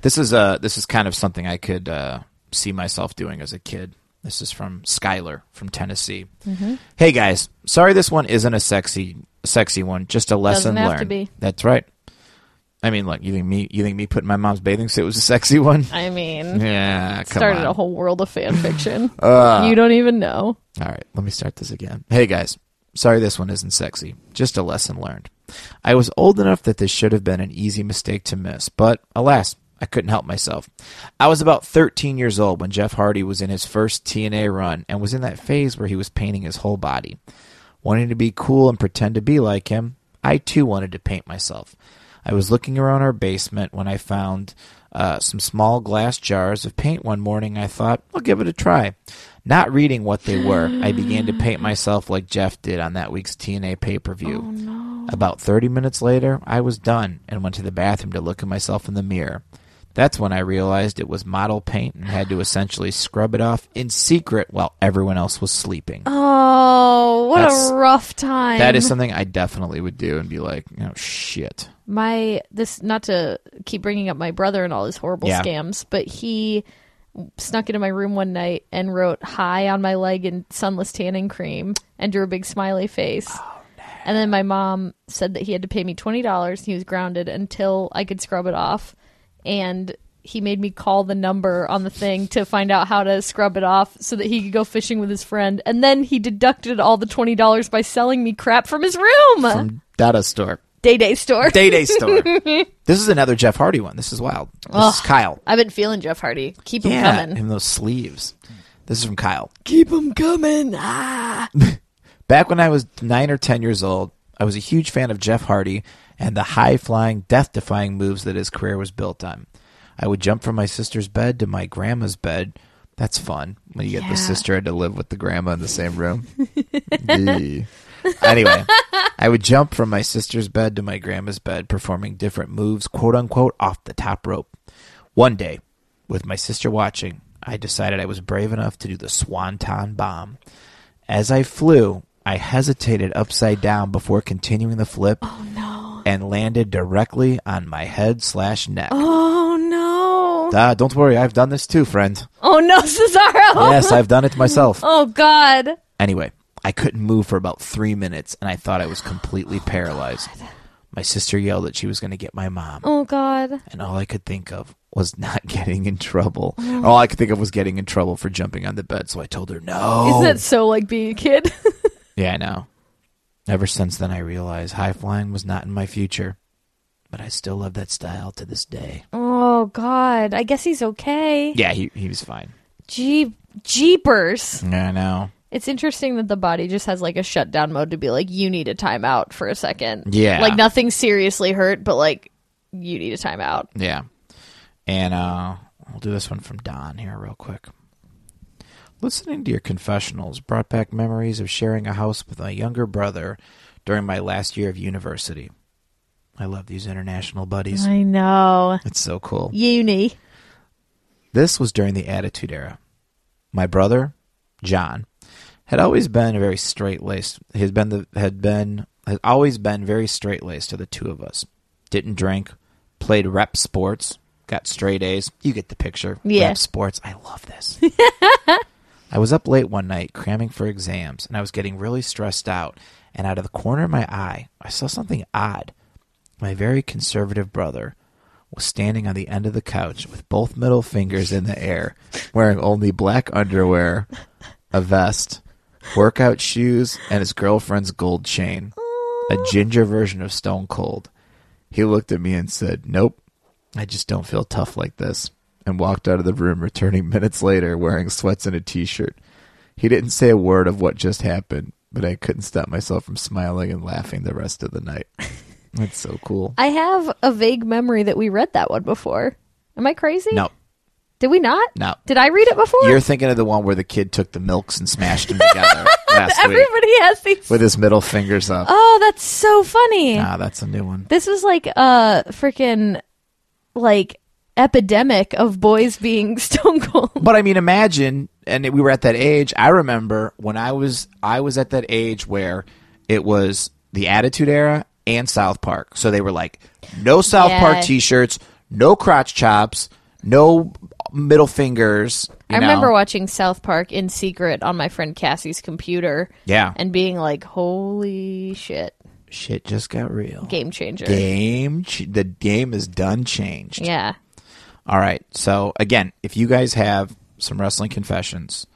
S3: This is uh this is kind of something I could uh, see myself doing as a kid. This is from Skylar from Tennessee.
S4: Mm-hmm.
S3: Hey guys, sorry this one isn't a sexy sexy one. Just a lesson
S4: Doesn't have to
S3: learned.
S4: be.
S3: That's right. I mean, look, you think me you think me putting my mom's bathing suit was a sexy one?
S4: I mean,
S3: Yeah, come
S4: started
S3: on. Uh.
S4: a whole world of fan fiction. you don't even know.
S3: All right, let me start this again. Hey guys, sorry this one isn't sexy. Just a lesson learned. I was old enough that this should have been an easy mistake to miss, but alas, I couldn't help myself. I was about 13 years old when Jeff Hardy was in his first TNA run and was in that phase where he was painting his whole body. Wanting to be cool and pretend to be like him, I too wanted to paint myself. I was looking around our basement when I found uh, some small glass jars of paint one morning. I thought, I'll give it a try. Not reading what they were, I began to paint myself like Jeff did on that week's TNA pay per view. About 30 minutes later, I was done and went to the bathroom to look at myself in the mirror. That's when I realized it was model paint and had to essentially scrub it off in secret while everyone else was sleeping.
S4: Oh, what
S3: That's-
S4: a rough time.
S3: That is something I definitely would do and be like, you know, shit.
S4: my this not to keep bringing up my brother and all his horrible
S3: Yeah.
S4: scams, but he snuck into my room one night and wrote hi on my leg in sunless tanning cream and drew a big smiley face.
S3: Oh,
S4: And then my mom said that he had to pay me twenty dollars. He was grounded until I could scrub it off, and he made me call the number on the thing to find out how to scrub it off so that he could go fishing with his friend. And then he deducted all the twenty dollars by selling me crap from his room.
S3: From Data Store.
S4: Day Day store.
S3: Day Day Store. this is another Jeff Hardy one. This is wild. This is Kyle.
S4: I've been feeling Jeff Hardy. Keep him coming.
S3: And those sleeves. This is from Kyle.
S4: Keep him coming. Ah.
S3: Back when I was nine or 10 years old, I was a huge fan of Jeff Hardy and the high flying, death defying moves that his career was built on. I would jump from my sister's bed to my grandma's bed. That's fun when you get the sister had to live with the grandma in the same room. Yee. anyway, I would jump from my sister's bed to my grandma's bed, performing different moves, quote unquote, off the top rope. One day, with my sister watching, I decided I was brave enough to do the swanton bomb. As I flew, I hesitated upside down before continuing the flip. Oh no! And landed directly on my head slash neck.
S4: Oh no.
S3: Ah, don't worry, I've done this too, friend.
S4: Oh no, Cesaro.
S3: Yes, I've done it myself.
S4: Oh god.
S3: Anyway, I couldn't move for about three minutes, and I thought I was completely paralyzed. My sister yelled that she was going to get my mom,
S4: Oh god.
S3: and all I could think of was not getting in trouble. All I could think of was getting in trouble for jumping on the bed, so I told her no.
S4: Isn't that so like being a kid?
S3: Yeah, I know. Ever since then, I realized high flying was not in my future, but I still love that style to this day.
S4: oh god. I guess he's okay.
S3: Yeah, he, he was fine.
S4: Jeep jeepers.
S3: Yeah, I know.
S4: It's interesting that the body just has like a shutdown mode to be like, you need a timeout for a second.
S3: Yeah.
S4: Like nothing seriously hurt, but like you need a timeout.
S3: Yeah. And uh, I'll do this one from Don here, real quick. Listening to your confessionals brought back memories of sharing a house with my younger brother during my last year of university. I love these international buddies.
S4: I know.
S3: It's so cool.
S4: Uni.
S3: This was during the Attitude Era. My brother, John, had always been very straight laced. Had been the had been had always been very straight laced to the two of us. Didn't drink, played rep sports, got straight A's. You get the picture.
S4: Yeah.
S3: Rep sports. I love this. I was up late one night cramming for exams, and I was getting really stressed out. And out of the corner of my eye, I saw something odd. My very conservative brother was standing on the end of the couch with both middle fingers in the air, wearing only black underwear, a vest, workout shoes, and his girlfriend's gold chain. A ginger version of Stone Cold. He looked at me and said, Nope, I just don't feel tough like this, and walked out of the room, returning minutes later wearing sweats and a t shirt. He didn't say a word of what just happened, but I couldn't stop myself from smiling and laughing the rest of the night. That's so cool.
S4: I have a vague memory that we read that one before. Am I crazy?
S3: No,
S4: Did we not?
S3: No.
S4: Did I read it before?
S3: You're thinking of the one where the kid took the milks and smashed them together last week
S4: Everybody has these.
S3: with his middle fingers up.
S4: oh, that's so funny.
S3: Ah, that's a new one.
S4: This was like a freaking like epidemic of boys being stone cold.
S3: But I mean, imagine, and we were at that age. I remember when I was I was at that age where it was the Attitude Era and South Park. So they were like, no South
S4: Yeah.
S3: Park T-shirts, no crotch chops, no middle fingers. you
S4: I remember
S3: know?
S4: watching South Park in secret on my friend Cassie's computer.
S3: Yeah.
S4: And being like, holy shit,
S3: shit just got real.
S4: game changer.
S3: Game, ch- the game is done changed.
S4: Yeah.
S3: All right. So again, if you guys have some wrestling confessions,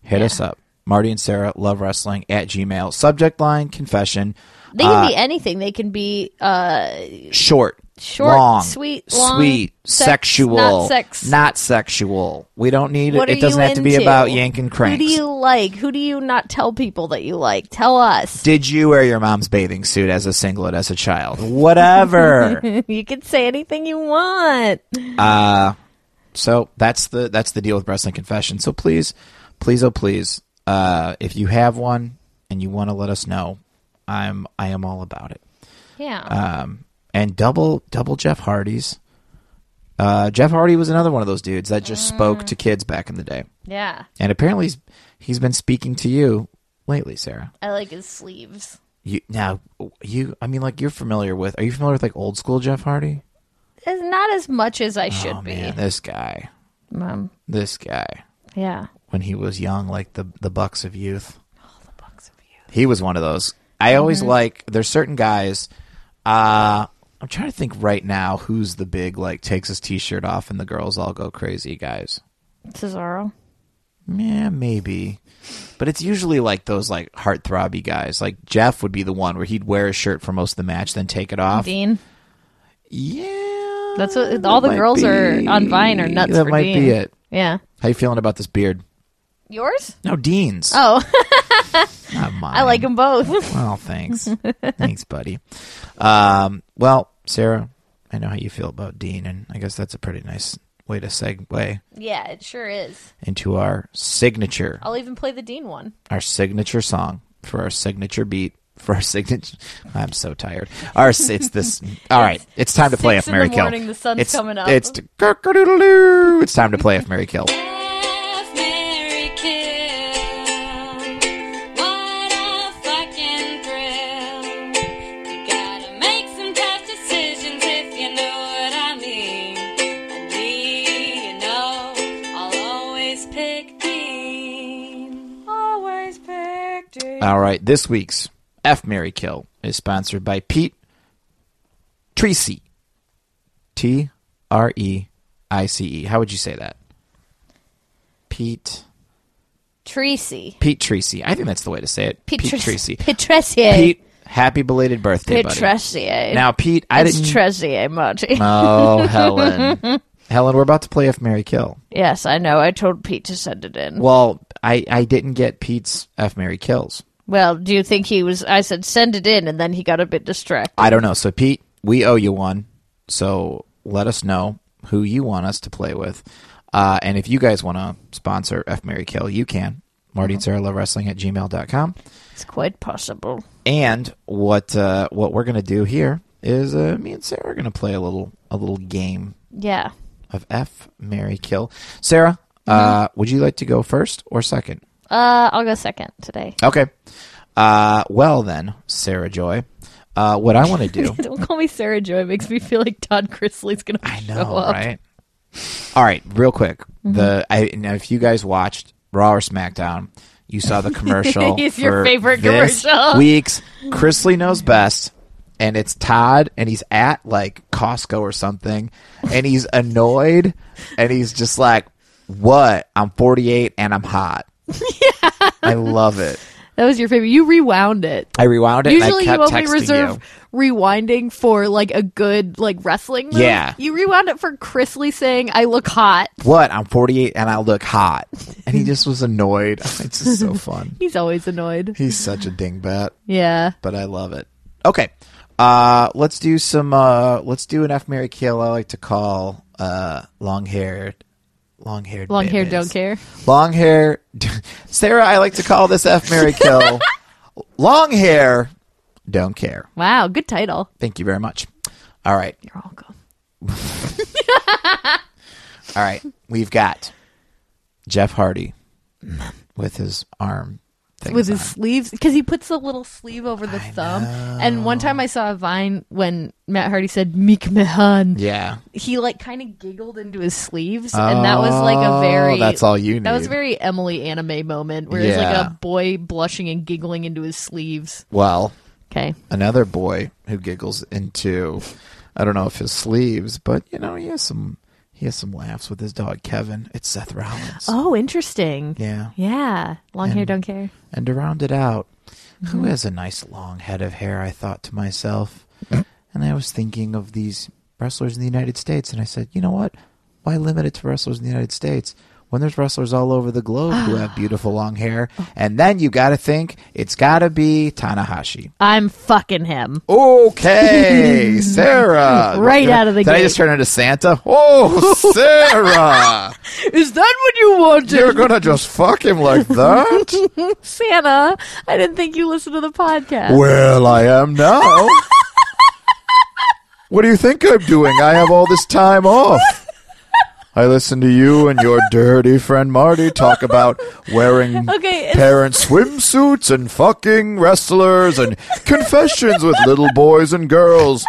S3: hit us up. Marty and Sarah love wrestling at Gmail. Subject line confession.
S4: They can
S3: Uh,
S4: be anything. They can be uh
S3: Short.
S4: Short,
S3: long,
S4: sweet, long,
S3: sweet,
S4: sex-
S3: sexual,
S4: not sex.
S3: not sexual. We don't need
S4: what
S3: it.
S4: are
S3: It doesn't
S4: you
S3: have to be
S4: into?
S3: about yanking cranks.
S4: Who do you like? Who do you not tell people that you like? Tell us.
S3: Did you wear your mom's bathing suit as a singlet as a child? Whatever.
S4: you can say anything you want.
S3: so that's the that's the deal with wrestling confession. So please, please, oh please, uh, if you have one and you want to let us know, I'm I am all about it.
S4: Yeah.
S3: um, and double double Jeff Hardy's. Uh, Jeff Hardy was another one of those dudes that just spoke to kids back in the day,
S4: yeah.
S3: and apparently he's, he's been speaking to you lately, Sarah.
S4: I like his sleeves.
S3: You now you I mean like you're familiar with are you familiar with like old school Jeff Hardy?
S4: It's not as much as I should
S3: oh
S4: be.
S3: man, this guy,
S4: Mom.
S3: this guy
S4: Yeah.
S3: when he was young, like the the Bucks of Youth. Oh, the Bucks of Youth. He was one of those. I always
S4: Mm-hmm.
S3: like. There's certain guys. Uh, I'm trying to think right now who's the big like takes his t-shirt off and the girls all go crazy guys.
S4: Cesaro.
S3: Yeah, maybe. But it's usually like those like heartthrobby guys. Like Jeff would be the one where he'd wear a shirt for most of the match, then take it off.
S4: Dean.
S3: Yeah,
S4: That's
S3: that
S4: what all the
S3: might
S4: girls
S3: be-
S4: are on Vine are nuts
S3: That
S4: for
S3: might
S4: Dean.
S3: be it.
S4: Yeah.
S3: How you feeling about this beard?
S4: Yours?
S3: No, Dean's.
S4: Oh,
S3: Not mine.
S4: I like them both.
S3: Well, thanks. thanks, buddy. Um, well, Sarah, I know how you feel about Dean, and I guess that's a pretty nice way to segue
S4: yeah, it sure is.
S3: into our signature,
S4: I'll even play the Dean one.
S3: our signature song for our signature beat. For our signature, I'm so tired. Our it's this. All right, it's time to play
S4: six
S3: if Mary
S4: in the
S3: Kill.
S4: morning, the sun's
S3: it's,
S4: coming up.
S3: It's kirk-a-doodle-doo. It's time to play if Mary Kill.
S7: F, Mary, kill. What a fight
S3: All right, this week's F Mary Kill is sponsored by Pete Treacy. T R E I C E. How would you say that? Pete
S4: Tracy.
S3: Pete Treacy. I think that's the way to say it. Pete,
S4: Petres-
S3: Treacy.
S4: Petresier.
S3: Pete, happy belated birthday, buddy.
S4: Petresier.
S3: Now, Pete, I
S4: it's
S3: didn't.
S4: Trezier, Marty.
S3: oh, Helen. Helen, we're about to play F Mary Kill.
S4: yes, I know. I told Pete to send it in.
S3: Well, I, I didn't get Pete's F Mary Kills.
S4: Well, do you think he was? I said send it in, and then he got a bit distracted.
S3: I don't know. So, Pete, we owe you one. So, let us know who you want us to play with. Uh, and if you guys want to sponsor F Mary Kill, you can. Marty and Sarah Love Wrestling at gmail.com.
S4: It's quite possible.
S3: And what uh, what we're gonna do here is uh, me and Sarah are gonna play a little a little game
S4: Yeah.
S3: of F Mary Kill. Sarah, uh, would you like to go first or second?
S4: Uh, I'll go second today.
S3: Okay. Uh, well then, Sarah Joy, uh, what I want to do.
S4: Don't call me Sarah Joy. It makes me feel like Todd Chrisley's gonna
S3: I
S4: show
S3: know,
S4: up.
S3: right? All right, real quick.
S4: Mm-hmm.
S3: The I now if you guys watched Raw or SmackDown, you saw the commercial.
S4: It's your
S3: for
S4: favorite
S3: this
S4: commercial.
S3: Weeks Chrisley knows best, and it's Todd, and he's at like Costco or something, and he's annoyed, and he's just like, "What? I'm 48 and I'm hot." I love it.
S4: That was your favorite. You rewound it.
S3: I rewound it.
S4: Usually,
S3: and I
S4: you
S3: kept
S4: only
S3: texting
S4: reserve
S3: you.
S4: rewinding for like a good like wrestling. Move.
S3: Yeah.
S4: you rewound it for Chrisley saying, "I look hot."
S3: What? I'm 48 and I look hot, and he just was annoyed. It's just so fun.
S4: He's always annoyed.
S3: He's such a dingbat.
S4: Yeah.
S3: but I love it. Okay. Uh, let's do some. Uh, let's do an F Mary Kill. I like to call uh, long haired, long haired,
S4: Long hair don't care.
S3: Long hair, Sarah. I like to call this F Mary Kill. long hair, don't care.
S4: Wow, good title.
S3: Thank you very much. All right,
S4: You're welcome.
S3: all right. We've got Jeff Hardy with his arm things
S4: with his
S3: on.
S4: sleeves because he puts a little sleeve over the thumb. And one time I saw a vine when Matt Hardy said "Meek Mahan."
S3: Yeah,
S4: He like kind of giggled into his sleeves, and that was like a very
S3: Oh, that's all you need.
S4: that was a very Emily anime moment where it's
S3: Yeah.
S4: like a boy blushing and giggling into his sleeves.
S3: well.
S4: Okay,
S3: another boy who giggles into I don't know if his sleeves, but you know, he has some he has some laughs with his dog Kevin. It's Seth Rollins.
S4: oh, interesting.
S3: Yeah.
S4: Yeah, long hair,
S3: And-
S4: don't care.
S3: And to round it out, who has a nice long head of hair, I thought to myself. and I was thinking of these wrestlers in the United States and I said, you know what? Why limit it to wrestlers in the United States? When there's wrestlers all over the globe who have beautiful long hair, and then you gotta think it's gotta be Tanahashi.
S4: I'm fucking him.
S3: Okay, Sarah.
S4: Right
S3: Did I-
S4: out of the
S3: did I
S4: gate.
S3: just turn into Santa? Oh, Sarah.
S4: Is that what you wanted,
S3: You're going to just fuck him like that?
S4: Santa? I didn't think you listened to the podcast.
S3: well, I am now. What do you think I'm doing? I have all this time off. I listen to you and your dirty friend Marty talk about wearing
S4: Okay, it's-
S3: parent swimsuits and fucking wrestlers and confessions with little boys and girls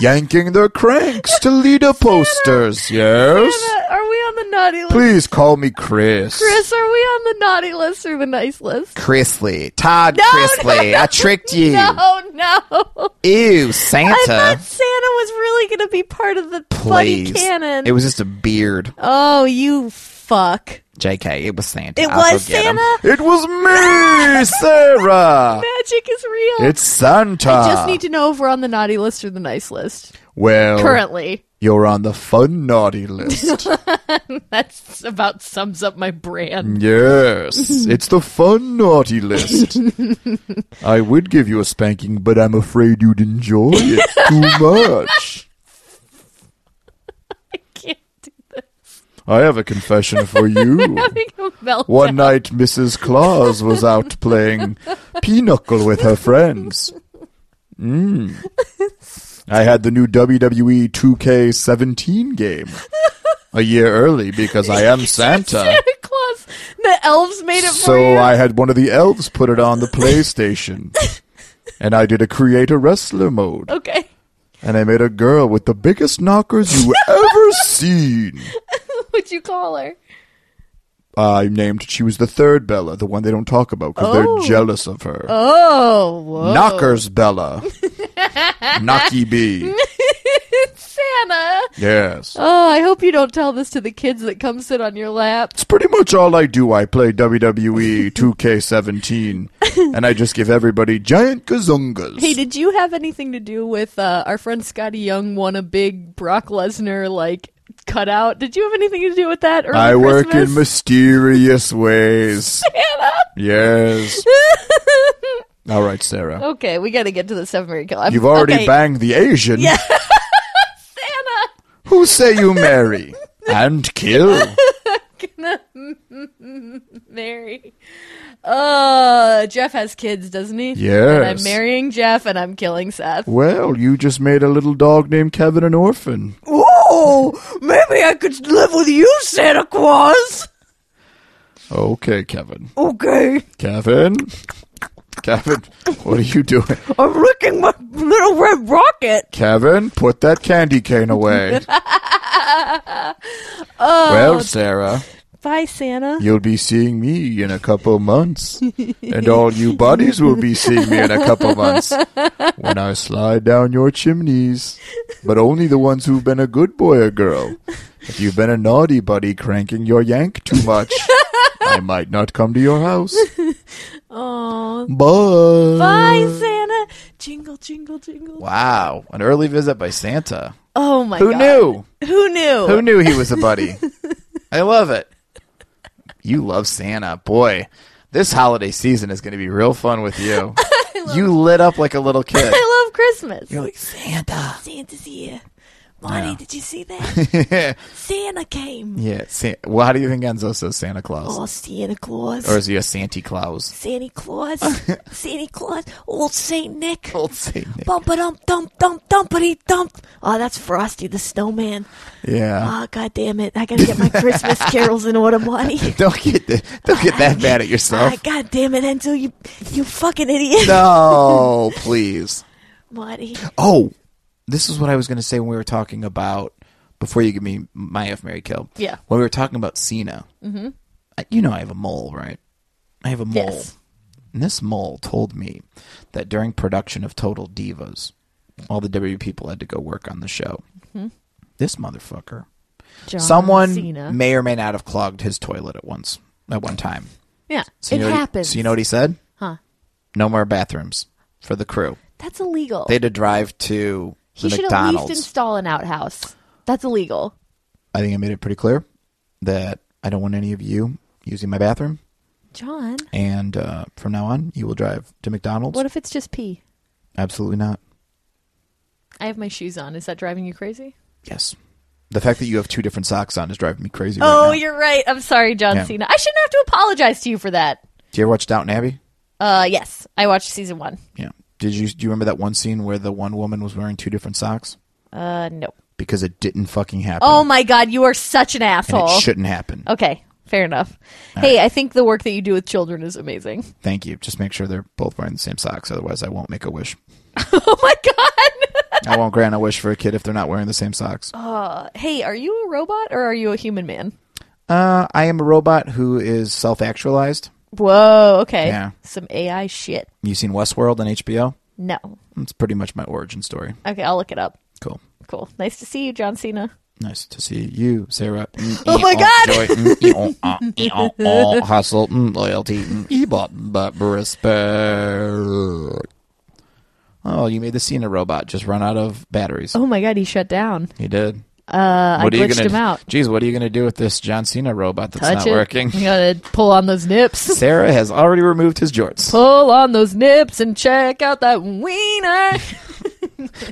S3: yanking their cranks to leader posters. Yes?
S4: Santa, are we on the naughty list?
S3: Please call me Chris.
S4: Chris, are we on the naughty list or the nice list?
S3: Chrisley. Todd
S4: No,
S3: Chrisley.
S4: no.
S3: I tricked you.
S4: No, no.
S3: Ew,
S4: I
S3: Santa.
S4: thought Santa was really going to be part of the bloody
S3: Please.
S4: canon.
S3: It was just a beard.
S4: oh, you fuck.
S3: JK, it was Santa.
S4: It
S3: I'll
S4: was
S3: go get him.
S4: Santa?
S3: It was me, Sarah.
S4: Magic is real.
S3: It's Santa.
S4: I just need to know if we're on the naughty list or the nice list.
S3: well,
S4: Currently.
S3: you're on the fun naughty list.
S4: That's about sums up my
S3: Mm.
S4: brand.
S3: yes, it's the fun naughty list.
S5: I would give you a spanking, but I'm afraid you'd enjoy it too much.
S4: Can't do
S5: I have a confession for you.
S4: it. I'll melt
S5: One night, Mrs. Claus was out playing pinochle with her friends. Mm. I had the new E WWE 2K17 game a year early because I am Santa.
S4: Santa Claus. The elves made it for
S5: So
S4: you.
S5: I had one of the elves put it on the PlayStation. And I did a create a wrestler mode.
S4: okay.
S5: And I made a girl with the biggest knockers you ever seen.
S4: What'd you call her?
S5: I named she was the third Bella, the one they don't talk about because they're jealous of her.
S4: Oh, whoa.
S5: Knockers Bella, Knocky B.
S4: Santa.
S5: Yes,
S4: Oh, I hope you don't tell this to the kids that come sit on your lap.
S5: it's pretty much all I do. I play E WWE 2K17, and I just give everybody giant gazungas.
S4: Hey, did you have anything to do with uh, our friend Scotty Young won a big Brock Lesnar like cutout? Did you have anything to do with that? Early
S5: I work in
S4: Christmas?
S5: mysterious ways. Yes. All right, Sarah.
S4: okay, we got to get to the seven Mary kill. I'm-
S5: You've already
S4: Oh, um, okay,
S5: banged the Asian.
S4: Santa.
S5: Who say you marry and kill?
S4: Mary. Uh, Jeff has kids, doesn't he? And
S5: Yes.
S4: I'm marrying Jeff, and I'm killing Seth.
S5: Well, you just made a little dog named Kevin an orphan.
S4: Whoa! Maybe I could live with you, Santa Claus.
S5: Okay, Kevin.
S4: Okay,
S5: Kevin? Kevin, what are you doing?
S4: I'm licking my little red rocket.
S5: Kevin, put that candy cane away.
S4: Oh.
S5: well, Sarah,
S4: Bye, Santa.
S5: you'll be seeing me in a couple months. And all you buddies will be seeing me in a couple months when I slide down your chimneys. But only the ones who've been a good boy or girl. If you've been a naughty buddy cranking your yank too much, I might not come to your house.
S4: Oh,
S5: Bye.
S4: bye, Santa. Jingle, jingle, jingle.
S3: Wow, an early visit by Santa.
S4: Oh my
S3: Who
S4: god.
S3: knew?
S4: Who knew?
S3: Who knew he was a buddy? I love it. You love Santa, boy. This holiday season is going to be real fun with you. you lit up like a little kid.
S4: I love Christmas.
S3: You're like Santa.
S4: Santa's here. Marty,
S3: Yeah.
S4: did you see that?
S3: yeah,
S4: Santa came.
S3: San- well, how do you think Enzo says Santa Claus,
S4: Oh, Santa Claus.
S3: or is he a Santa Claus?
S4: Santa Claus. Santa Claus. Old Saint Nick.
S3: Old Saint Nick.
S4: Bump a dump dump dump dumpity dump. Oh, that's Frosty the Snowman.
S3: Uh,
S5: Yeah.
S4: Oh, god damn it. I gotta get my Christmas carols in order, Marty.
S3: Don't get the, don't get that bad at yourself.
S4: Ah, god damn it, Enzo, you you fucking idiot.
S3: No, please.
S4: Marty.
S3: Oh, this is what I was going to say when we were talking about before you give me my F Mary Kill.
S4: Yeah.
S3: When we were talking about Cena, mm-hmm. I, you know I have a mole, right? I have a mole.
S4: Yes.
S3: And this mole told me that during production of Total Divas, all the W people had to go work on the show. This motherfucker.
S4: Mm-hmm. John
S3: Someone
S4: Cena.
S3: may or may not have clogged his toilet at once at one time.
S4: Yeah.
S3: So
S4: it
S3: you know what he-
S4: happens.
S3: So you know what he said?
S4: Huh.
S3: No more bathrooms for the crew.
S4: That's illegal.
S3: They had to drive to
S4: he
S3: the
S4: should
S3: McDonald's.
S4: at least install an outhouse. That's illegal.
S3: I think I made it pretty clear that I don't want any of you using my bathroom.
S4: John,
S3: And uh, from now on, you will drive to McDonald's.
S4: what if it's just pee?
S3: Absolutely not.
S4: I have my shoes on. Is that driving you crazy?
S3: Yes. The fact that you have two different socks on is driving me crazy.
S4: Oh,
S3: right now.
S4: you're right. I'm sorry, John
S3: Yeah.
S4: Cena. I shouldn't have to apologize to you for that.
S3: Do you ever watch Downton Abbey?
S4: Uh, yes, I watched season one.
S3: Yeah. Did you? Do you remember that one scene where the one woman was wearing two different socks
S4: Uh, no.
S3: because it didn't fucking happen?
S4: Oh my God, you are such an asshole.
S3: and it shouldn't happen.
S4: okay, fair enough. hey, I think the work that you do with children is amazing.
S3: Thank you. Just make sure they're both wearing the same socks. Otherwise, I won't make a wish.
S4: Oh my God.
S3: I won't grant a wish for a kid if they're not wearing the same socks.
S4: hey, are you a robot or are you a human man?
S3: Uh, I am a robot who is self-actualized.
S4: Whoa. Okay.
S3: Yeah.
S4: Some AI shit.
S3: You seen Westworld on HBO?
S4: No.
S3: It's pretty much my origin story.
S4: Okay, I'll look it up.
S3: Cool.
S4: Cool. Nice to see you, John Cena.
S3: Nice to see you, Sarah. Mm,
S4: Oh
S3: eh,
S4: my God.
S3: joy. Mm, eh, oh, ah, eh, oh, oh, hustle, mm, loyalty, mm, eh, but, but respect. Oh, you made the Cena robot just run out of batteries.
S4: Oh my god, he shut down.
S3: He did.
S4: Uh, I glitched
S3: gonna,
S4: him out.
S3: Geez, what are you gonna do with this John Cena robot that's not working?
S4: You gotta pull on those nips.
S3: Sarah has already removed his jorts.
S4: pull on those nips and check out that wiener.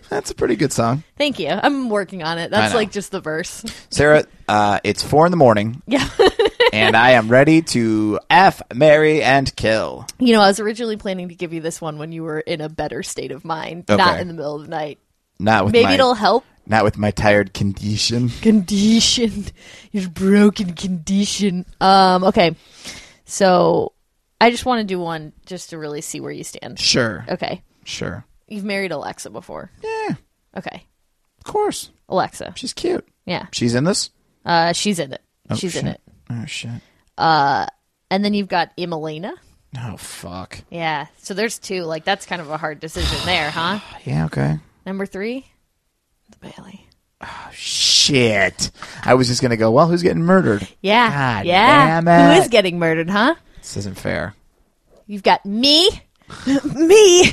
S3: That's a pretty good song.
S4: Thank you. I'm working on it.
S3: I
S4: That's
S3: know.
S4: like just the verse.
S3: Sarah, uh, it's four in the morning.
S4: Yeah.
S3: and I am ready to F, marry, and kill.
S4: You know, I was originally planning to give you this one when you were in a better state of mind,
S3: Okay.
S4: not in the middle of the night.
S3: Not with
S4: Maybe
S3: my,
S4: it'll help.
S3: not with my tired condition.
S4: condition your broken condition um okay so i just want to do one just to really see where you stand
S3: Sure,
S4: okay
S3: sure.
S4: you've married alexa before
S3: Yeah,
S4: okay
S3: of course.
S4: alexa
S3: She's cute.
S4: yeah
S3: She's in this.
S4: uh she's in it
S3: Oh,
S4: she's in
S3: shit.
S4: it Uh,
S3: Oh shit.
S4: and then you've got Imelina.
S3: Oh fuck.
S4: Yeah. So there's two. Like that's kind of a hard decision there, huh?
S3: Yeah. Okay.
S4: Number three, the Bailey.
S3: Shit. I was just gonna go. Well, who's getting murdered?
S4: Yeah.
S3: God
S4: yeah.
S3: damn
S4: Who is
S3: it.
S4: getting murdered, huh?
S3: This isn't fair.
S4: You've got me, me,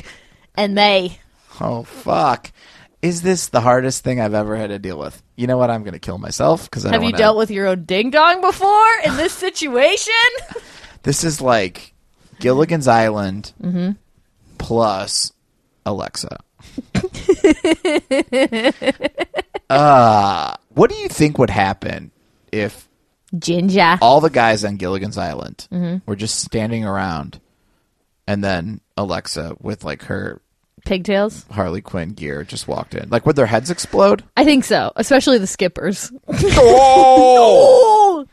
S4: and they.
S3: Oh fuck. Is this the hardest thing I've ever had to deal with? You know what? I'm gonna kill myself because I
S4: Have
S3: don't
S4: you
S3: wanna-
S4: dealt with your own ding dong before in this situation?
S3: This is like Gilligan's Island plus Alexa. uh, what do you think would happen if
S4: Ginger.
S3: all the guys on Gilligan's Island were just standing around and then Alexa with like her
S4: Pigtails.
S3: Harley Quinn gear just walked in? Like, would their heads explode?
S4: I think so, especially the skippers.
S3: oh!
S4: Oh,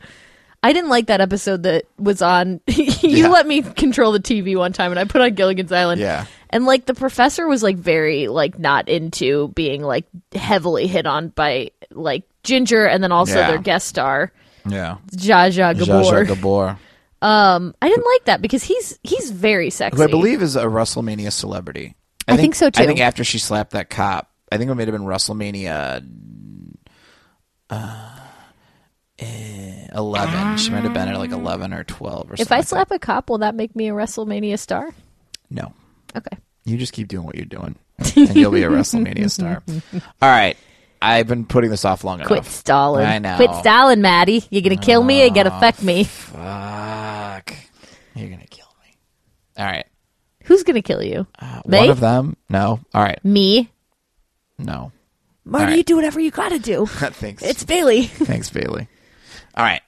S4: I didn't like that episode that was on. you
S3: Yeah.
S4: let me control the TV one time, and I put on Gilligan's Island.
S3: Yeah.
S4: and like the professor was like very like not into being like heavily hit on by like Ginger, and then also
S3: Yeah.
S4: their guest star
S3: Yeah.
S4: Zsa Zsa Gabor.
S3: Zsa Zsa Gabor.
S4: Um, I didn't like that because he's he's very sexy.
S3: who I believe is a WrestleMania celebrity.
S4: I think so,
S3: I
S4: too.
S3: think after she slapped that cop, I think it might have been WrestleMania uh, eh, eleven. She might have been at like eleven or twelve or something.
S4: If I
S3: like
S4: slap
S3: that.
S4: a cop, will that make me a WrestleMania star?
S3: no,
S4: Okay.
S3: you just keep doing what you're doing, and you'll be a WrestleMania star. All right, I've been putting this off long
S4: Quit
S3: enough.
S4: stalling.
S3: Oh. I know. Oh.
S4: Quit stalling, Maddie. You're gonna kill me. You're gonna fuck me.
S3: Fuck, you're gonna kill me. All right,
S4: Who's gonna kill you?
S3: Uh,
S4: Me?
S3: one of them. No. All right,
S4: me.
S3: no.
S4: Marty,
S3: All right.
S4: you do whatever you gotta do.
S3: Thanks.
S4: It's Bailey.
S3: Thanks, Bailey. All right.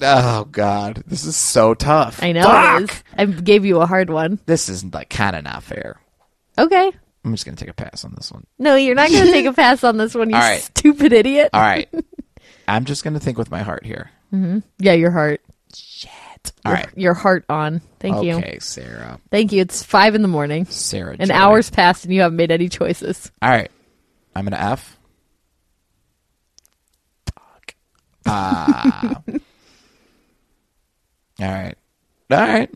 S3: Oh God, this is so tough.
S4: I know
S3: Fuck!
S4: it is. I gave you a hard one.
S3: This is like kind of not fair.
S4: Okay.
S3: I'm just gonna take a pass on this one.
S4: No, you're not gonna take a pass on this one, you
S3: All right.
S4: stupid idiot.
S3: All right. I'm just gonna think with my heart here.
S4: Yeah, your heart.
S3: All right.
S4: Your heart on. Thank you.
S3: Okay, Sarah.
S4: Thank you. It's five in the morning.
S3: Sarah.
S4: An
S3: Joy.
S4: hour's passed and you haven't made any choices.
S3: All right. I'm gonna F. Fuck. Ah. all right. All right.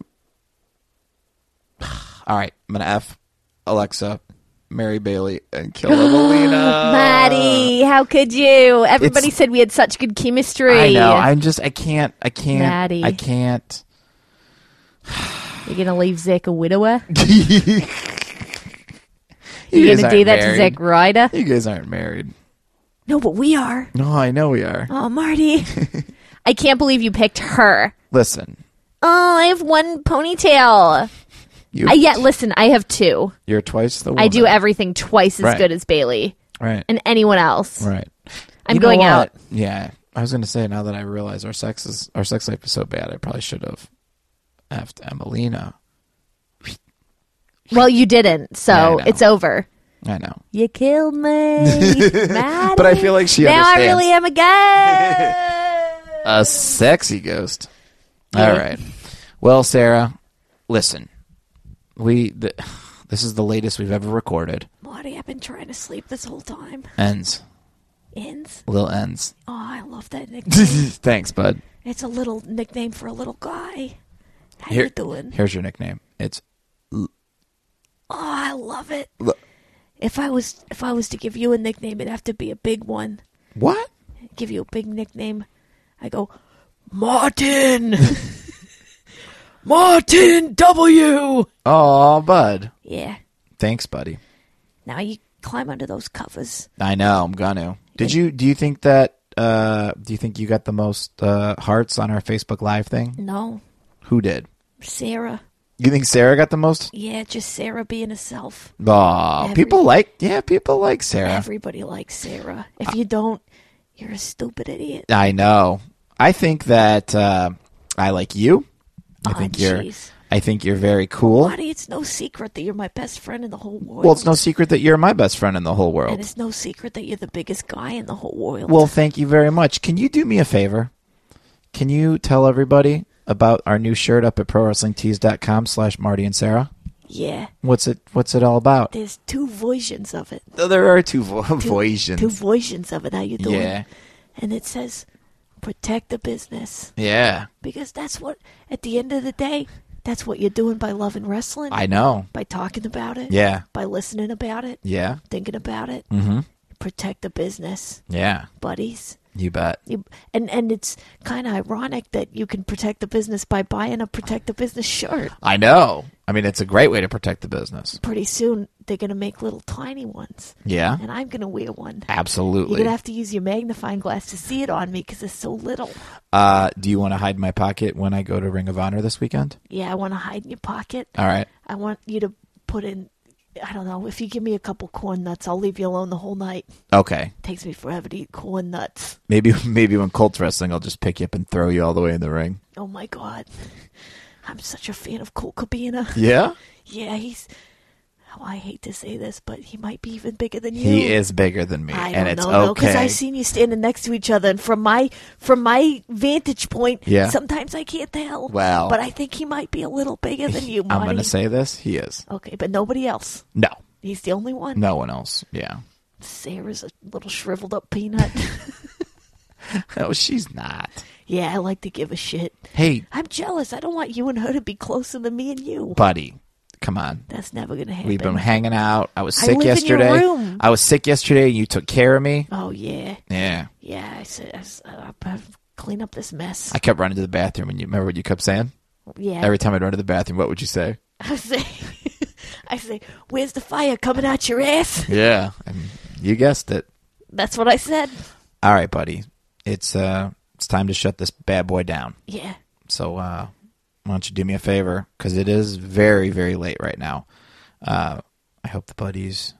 S3: All right. I'm gonna F Alexa, Mary Bailey, and kill Evelina.
S4: Maddie, how could you? Everybody
S3: It's-
S4: said we had such good chemistry.
S3: I know. I'm just. I can't. I can't.
S4: Maddie.
S3: I can't.
S4: You're gonna leave Zach a widower?
S3: you
S4: You're
S3: guys
S4: gonna
S3: aren't
S4: do that
S3: married.
S4: to Zach Ryder?
S3: You guys aren't married.
S4: No, but we are.
S3: No, I know we are.
S4: Oh, Marty. I can't believe you picked her.
S3: Listen,
S4: Oh, I have one ponytail.
S3: you.
S4: I, yeah, listen, I have two.
S3: You're twice the. Woman.
S4: I do everything twice as
S3: Right.
S4: good as Bailey
S3: Right.
S4: and anyone else.
S3: Right.
S4: I'm going out.
S3: Yeah. I was gonna say now that I realize our sex is our sex life is so bad, I probably should have effed Emelina.
S4: Well, you didn't,
S3: Yeah, I
S4: so
S3: know.
S4: it's over.
S3: I know.
S4: You killed me. Maddie.
S3: But I feel like she
S4: now I
S3: understands.
S4: really am a guy.
S3: A sexy ghost. All right. Well, Sarah, listen. We the, this is the latest we've ever recorded.
S4: Marty, I've been trying to sleep this whole time.
S3: Ends.
S4: Ends.
S3: Little ends.
S4: Oh, I love that nickname.
S3: Thanks, bud.
S4: It's a little nickname for a little guy. How
S3: Here-
S4: you doing?
S3: Here's your nickname. It's
S4: Oh, I love it.
S3: Look.
S4: If I was if I was to give you a nickname, it'd have to be a big one.
S3: what?
S4: Give you a big nickname. I go, Martin. Martin W.
S3: Oh, bud.
S4: Yeah.
S3: Thanks, buddy.
S4: Now you climb under those covers.
S3: I know. I'm gonna. Did you? Do you think that? Uh, do you think you got the most uh, hearts on our Facebook Live thing?
S4: No,
S3: Who did?
S4: Sarah.
S3: You think Sarah got the most?
S4: Yeah, just Sarah being herself.
S3: Oh, people like. Yeah, people like Sarah.
S4: Everybody likes Sarah. If you don't, you're a stupid idiot.
S3: I know. I think that uh, I like you. I
S4: Aw,
S3: think you're.
S4: jeez.
S3: I think you're very cool.
S4: Buddy, it's no secret that you're my best friend in the whole world.
S3: Well, it's no secret that you're my best friend in the whole
S4: and
S3: world.
S4: it's no secret that you're the biggest guy in the whole world.
S3: Well, thank you very much. Can you do me a favor? Can you tell everybody about our new shirt up at prowrestlingtees.com slash Marty and Sarah?
S4: yeah,
S3: What's it What's it all about?
S4: there's two versions of it.
S3: oh, There are two
S4: Two versions of it. How you doing?
S3: Yeah.
S4: And it says
S8: protect the business
S3: Yeah,
S8: because that's what at the end of the day that's what you're doing by loving wrestling
S3: I know.
S8: by talking about it
S3: Yeah,
S8: by listening about it
S3: yeah,
S8: thinking about it
S3: mm-hmm.
S8: protect the business
S3: yeah.
S8: buddies
S3: You bet.
S8: you, and and it's kind of ironic that you can protect the business by buying a protect the business shirt
S3: I know. I mean, it's a great way to protect the business.
S8: pretty soon they're going to make little tiny ones
S3: Yeah,
S8: and i'm going to wear one you're
S3: absolutely.
S8: going to have to use your magnifying glass to see it on me because it's so little
S3: uh, do you want to hide in my pocket when I go to Ring of Honor this weekend?
S8: yeah i want to hide in your pocket
S3: All right.
S8: i want you to put in i don't know if you give me a couple corn nuts i'll leave you alone the whole night
S3: Okay.
S8: takes me forever to eat corn nuts
S3: Maybe maybe when Colts wrestling, I'll just pick you up and throw you all the way in the ring.
S8: oh my god i'm such a fan of colt cabana
S3: Yeah,
S8: yeah he's oh, i hate to say this but he might be even bigger than you
S3: he is bigger than me,
S8: I
S3: and
S8: don't
S3: it's
S8: know though,
S3: okay.
S8: I've seen you standing next to each other, and from my from my vantage point,
S3: Yeah.
S8: sometimes I can't tell.
S3: Well.
S8: but I think he might be a little bigger than you.
S3: I'm
S8: Marty.
S3: gonna say this. He is
S8: okay, but nobody else.
S3: no,
S8: He's the only one.
S3: no one else. Yeah.
S8: Sarah's a little shriveled up peanut.
S3: No, she's not.
S8: yeah, I like to give a shit.
S3: Hey,
S8: I'm jealous. I don't want you and her to be closer than me and you.
S3: buddy, come on.
S8: That's never gonna happen.
S3: We've been hanging out. I was
S8: I
S3: sick
S8: live in your
S3: yesterday.
S8: room.
S3: I was sick yesterday. You took care of me.
S8: oh yeah,
S3: Yeah.
S8: yeah. I said, I said I'll I'll clean up this mess.
S3: I kept running to the bathroom, and you remember what you kept saying?
S8: yeah.
S3: Every time I'd run to the bathroom, what would you say?
S8: I say, I say, where's the fire coming out your ass?
S3: Yeah. And you guessed it.
S8: That's what I said.
S3: All right, buddy. It's uh, it's time to shut this bad boy down.
S8: Yeah.
S3: So uh, why don't you do me a favor? Because it is very, very late right now. Uh, I hope the buddies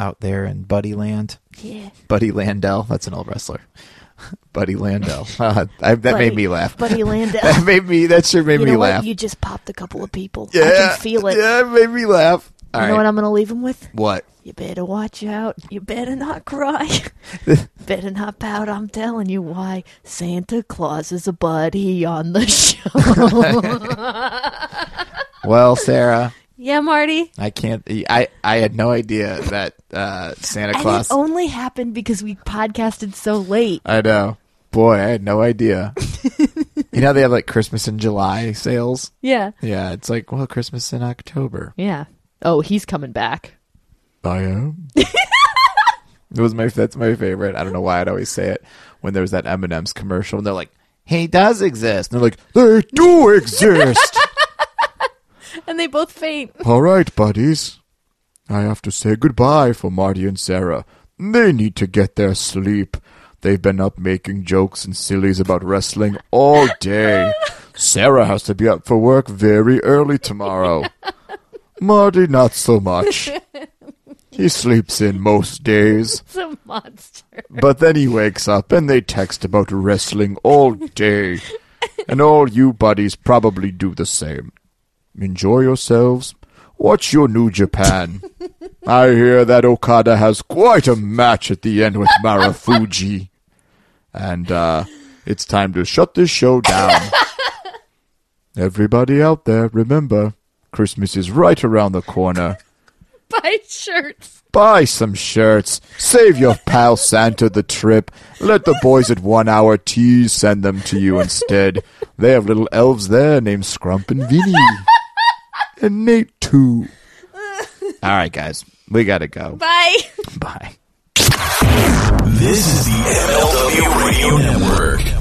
S3: out there in Buddy Land,
S8: Yeah.
S3: Buddy Landell. That's an old wrestler. Buddy Landell. Uh, I, that
S8: Buddy-
S3: made me laugh.
S8: Buddy Landell.
S3: that made me. That sure made
S8: you know
S3: me
S8: what?
S3: laugh.
S8: You just popped a couple of people.
S3: yeah,
S8: I can feel it.
S3: Yeah, it made me laugh. All
S8: you
S3: right.
S8: know what I'm going to leave them with?
S3: What?
S8: You better watch out. You better not cry. better not pout. I'm telling you why. Santa Claus is a buddy on the show.
S3: Well, Sarah,
S4: Yeah, Marty.
S3: I can't. I I had no idea that uh, Santa
S4: And
S3: Claus.
S4: it only happened because we podcasted so late.
S3: I know. Boy, I had no idea. you know they have like Christmas in July sales.
S4: Yeah.
S3: Yeah, it's like well, Christmas in October.
S8: yeah. Oh, he's coming back.
S3: I am. it was my that's my favorite. I don't know why I'd always say it when there was that M and M's commercial, and they're like, "He does exist," and they're like, "They do exist."
S4: And they both faint.
S5: All right, buddies. I have to say goodbye for Marty and Sarah. They need to get their sleep. They've been up making jokes and sillies about wrestling all day. Sarah has to be up for work very early tomorrow. Marty, not so much. He sleeps in most days,
S4: It's a monster.
S5: but then he wakes up and they text about wrestling all day. And all you buddies probably do the same. Enjoy yourselves. Watch your New Japan. I hear that Okada has quite a match at the end with Marufuji. And uh, it's time to shut this show down. Everybody out there, remember, Christmas is right around the corner.
S4: Buy shirts.
S5: Buy some shirts. Save your pal Santa the trip. Let the boys at One Hour Tees send them to you instead. They have little elves there named Scrump and Vinny. And Nate, too.
S3: All right, guys, we gotta go.
S4: Bye.
S3: Bye.
S1: This is the MLW Radio Network.